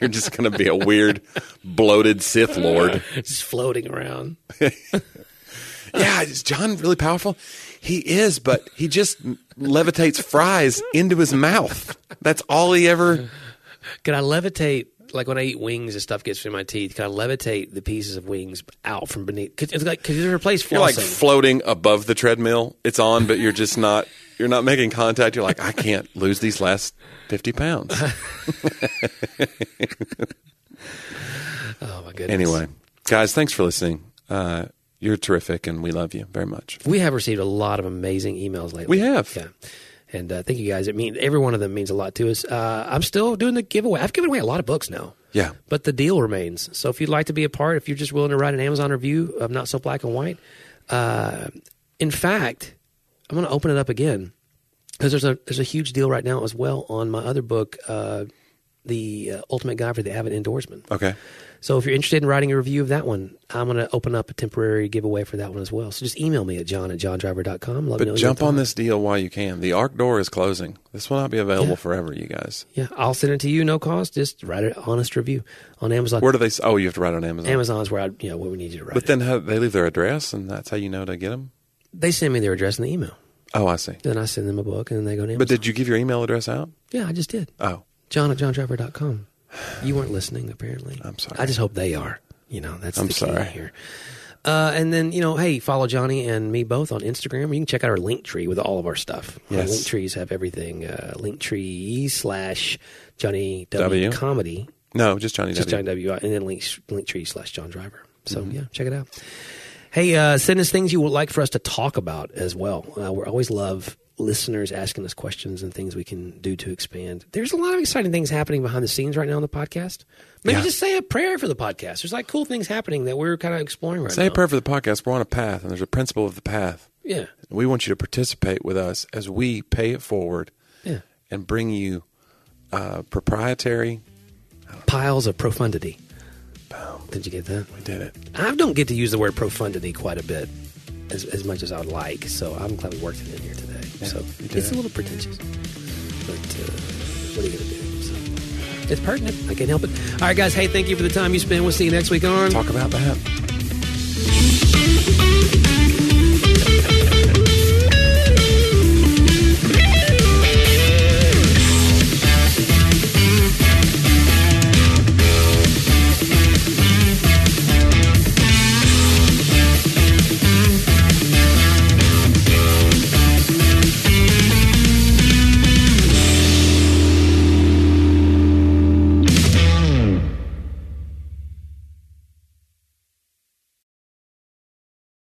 You're just going to be a weird, bloated Sith Lord.
just floating around.
Yeah, is John really powerful? He is, but he just levitates fries into his mouth. That's all he ever.
Can I levitate? Like when I eat wings and stuff gets through my teeth, can I levitate the pieces of wings out from beneath? Cause it's like because you replace
You're like
flossing.
floating above the treadmill. It's on, but you're just not. You're not making contact. You're like, I can't lose these last fifty pounds.
oh my goodness!
Anyway, guys, thanks for listening. Uh, you're terrific, and we love you very much.
we have received a lot of amazing emails lately.
We have.
yeah. And uh, thank you guys. It means every one of them means a lot to us. Uh, I'm still doing the giveaway. I've given away a lot of books now.
Yeah.
But the deal remains. So if you'd like to be a part, if you're just willing to write an Amazon review of Not So Black and White, uh, in fact, I'm going to open it up again because there's a there's a huge deal right now as well on my other book, uh, the uh, Ultimate Guide for the Avid Endorsement.
Okay.
So if you're interested in writing a review of that one, I'm going to open up a temporary giveaway for that one as well. So just email me at john at johndriver.com. Let me know
But
your
jump on
thoughts.
this deal while you can. The arc door is closing. This will not be available
Yeah.
forever, you guys.
Yeah, I'll send it to you, no cost. Just write an honest review on Amazon.
Where do they? s- Oh, you have to write on Amazon.
Amazon's where I, you know, where we need you to write.
But
it.
then how, they leave their address, and that's how you know to get them.
they send me their address in the email.
Oh, I see.
Then I send them a book and they go to Amazon.
But did you give your email address out?
yeah, I just did.
Oh,
John at johntrevor.com. You weren't listening, apparently.
I'm sorry.
I just hope they are. You know, that's
I'm
the key
sorry.
here. Uh, and then you know, hey, follow Johnny and me both on Instagram. You can check out our link tree with all of our stuff. Our
Yes.
link trees have everything. Uh, link tree slash Johnny w,
W.
comedy,
No, just Johnny.
just
W.
Johnny W, and then link link tree slash John Driver. So
Mm-hmm.
yeah, check it out. Hey, uh, send us things you would like for us to talk about as well. Uh, we always love listeners asking us questions and things we can do to expand. There's a lot of exciting things happening behind the scenes right now on the podcast. Maybe
Yeah.
just say a prayer for the podcast. There's like cool things happening that we're kind of exploring right
Say
now.
a prayer for the podcast. We're on a path, and there's a principle of the path.
Yeah.
We want you to participate with us as we pay it forward
Yeah.
and bring you uh, proprietary.
Piles of profundity. Did you get that?
We did it.
I don't get to use the word profundity quite a bit as, as much as I would like, so I'm glad we worked it in here today. so
you did
it's a
it.
little pretentious. But uh, what are you going to do? So, it's pertinent. I can't help it. All right, guys. Hey, thank you for the time you spent. We'll see you next week on.
Talk about that.